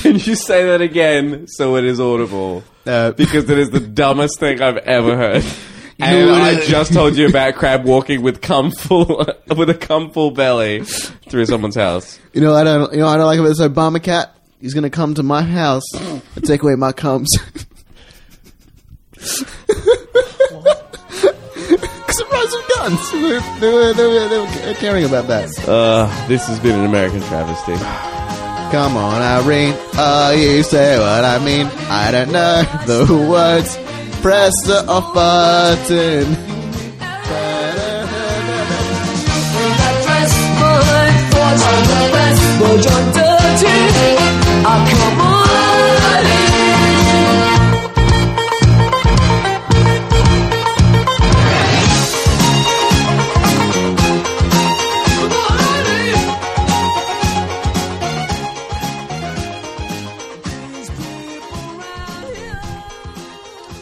Speaker 2: Can you say that again so it is audible?
Speaker 3: Uh,
Speaker 2: Because it is the dumbest thing I've ever heard. And
Speaker 3: know what
Speaker 2: I
Speaker 3: I-
Speaker 2: just told you about crab walking with cum full with a cum full belly through someone's house.
Speaker 3: You know, I don't. You know, I don't like about this Obama cat. He's gonna come to my house and take away my cums. Because it runs with guns. They were, they, were, they, were, they were caring about that.
Speaker 2: Uh, this has been an American travesty.
Speaker 3: Come on, Irene. Oh, you say what I mean. I don't know the words. Press the off button.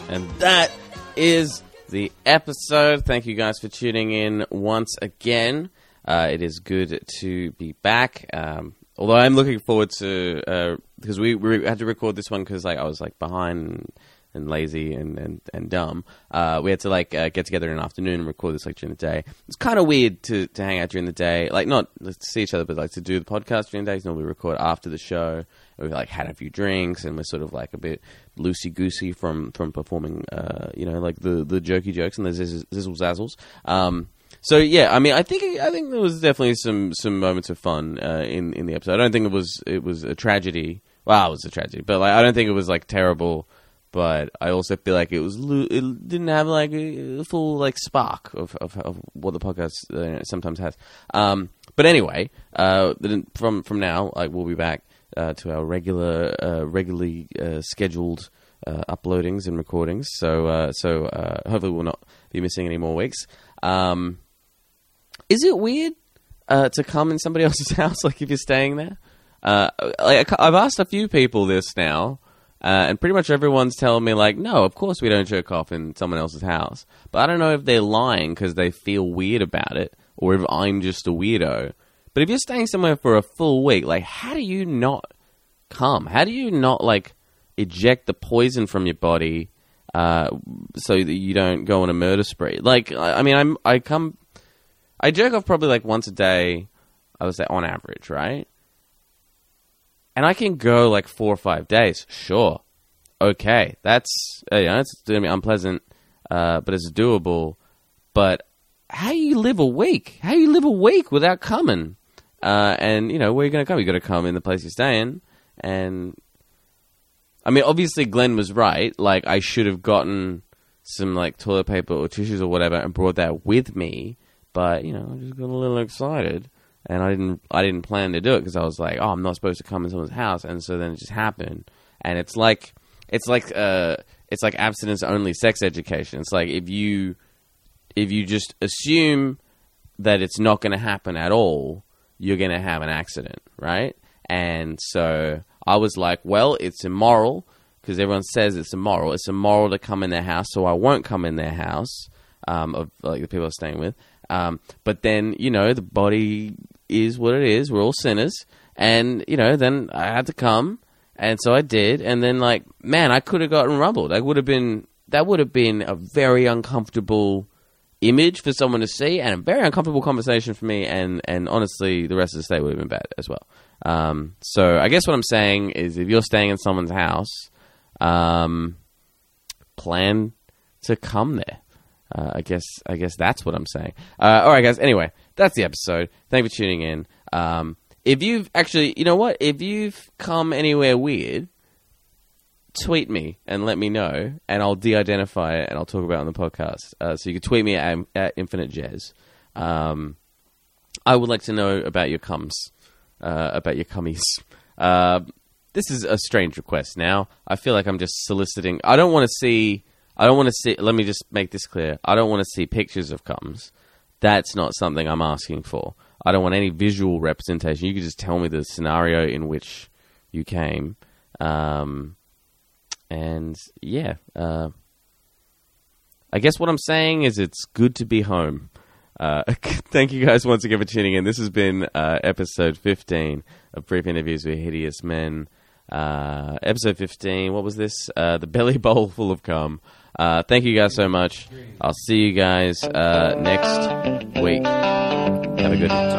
Speaker 2: And that is the episode. Thank you guys for tuning in once again. Uh, it is good to be back. Um, although I'm looking forward to because we, we had to record this one because like I was like behind and lazy and and, and dumb. Uh, we had to like uh, get together in an afternoon and record this like during the day. It's kind of weird to, to hang out during the day, like not to see each other, but like to do the podcast during the day. 'cause Normally we record after the show. We've like had a few drinks and we're sort of like a bit loosey goosey from from performing, uh, you know, like the the jerky jokes and the zizzle, zizzle zazzles. Um, so yeah, I mean, I think I think there was definitely some some moments of fun uh, in in the episode. I don't think it was it was a tragedy. Well, it was a tragedy, but like I don't think it was like terrible but I also feel like it was lo- it didn't have like a full like spark of of, of what the podcast uh, sometimes has. Um, but anyway, uh, then from from now, like we'll be back uh, to our regular uh, regularly uh, scheduled uh, uploadings and recordings. So uh, so uh, hopefully we'll not be missing any more weeks. Um, is it weird? uh, to come in somebody else's house, like if you're staying there. Uh, like I- I've asked a few people this now, uh, and pretty much everyone's telling me like, no, of course we don't jerk off in someone else's house. But I don't know if they're lying because they feel weird about it, or if I'm just a weirdo. But if you're staying somewhere for a full week, like, how do you not come? How do you not like eject the poison from your body uh, so that you don't go on a murder spree? Like, I, I mean, I'm I come, I jerk off probably like once a day. I would say on average, right? And I can go like four or five days, sure. Okay, that's uh, you know, that's gonna be unpleasant, uh, but it's doable. But how you live a week? How you live a week without coming? Uh, and you know where you gonna come? You gotta come in the place you're staying, and I mean, obviously, Glenn was right. Like, I should have gotten some like toilet paper or tissues or whatever and brought that with me. But you know, I just got a little excited, and I didn't. I didn't plan to do it because I was like, "Oh, I'm not supposed to come in someone's house," and so then it just happened. And it's like, it's like, uh, it's like abstinence only sex education. It's like if you, if you just assume that it's not going to happen at all, you're going to have an accident, right? And so I was like, well, it's immoral because everyone says it's immoral. It's immoral to come in their house, so I won't come in their house um, of like the people I'm staying with. Um, but then you know the body is what it is. We're all sinners, and you know then I had to come, and so I did. And then like man, I could have gotten rumbled. I would have been that would have been a very uncomfortable image for someone to see and a very uncomfortable conversation for me and and honestly the rest of the stay would have been bad as well um, so i guess what i'm saying is if you're staying in someone's house um, plan to come there uh, i guess i guess that's what i'm saying uh, all right guys anyway that's the episode thank you for tuning in um, if you've actually you know what if you've come anywhere weird tweet me and let me know, and I'll de-identify it and I'll talk about it on the podcast. Uh, so you can tweet me at, at Infinite Jazz. Um, I would like to know about your cums, uh, about your cummies. Uh, this is a strange request. Now I feel like I'm just soliciting. I don't want to see. I don't want to see. Let me just make this clear. I don't want to see pictures of cums. That's not something I'm asking for. I don't want any visual representation. You can just tell me the scenario in which you came. Um, and yeah, uh, I guess what I'm saying is it's good to be home. Uh, thank you guys once again for tuning in. This has been uh, episode 15 of Brief Interviews with Hideous Men. Uh, episode 15, what was this? Uh, the Belly Bowl Full of Cum. Uh, thank you guys so much. I'll see you guys uh, next week. Have a good one.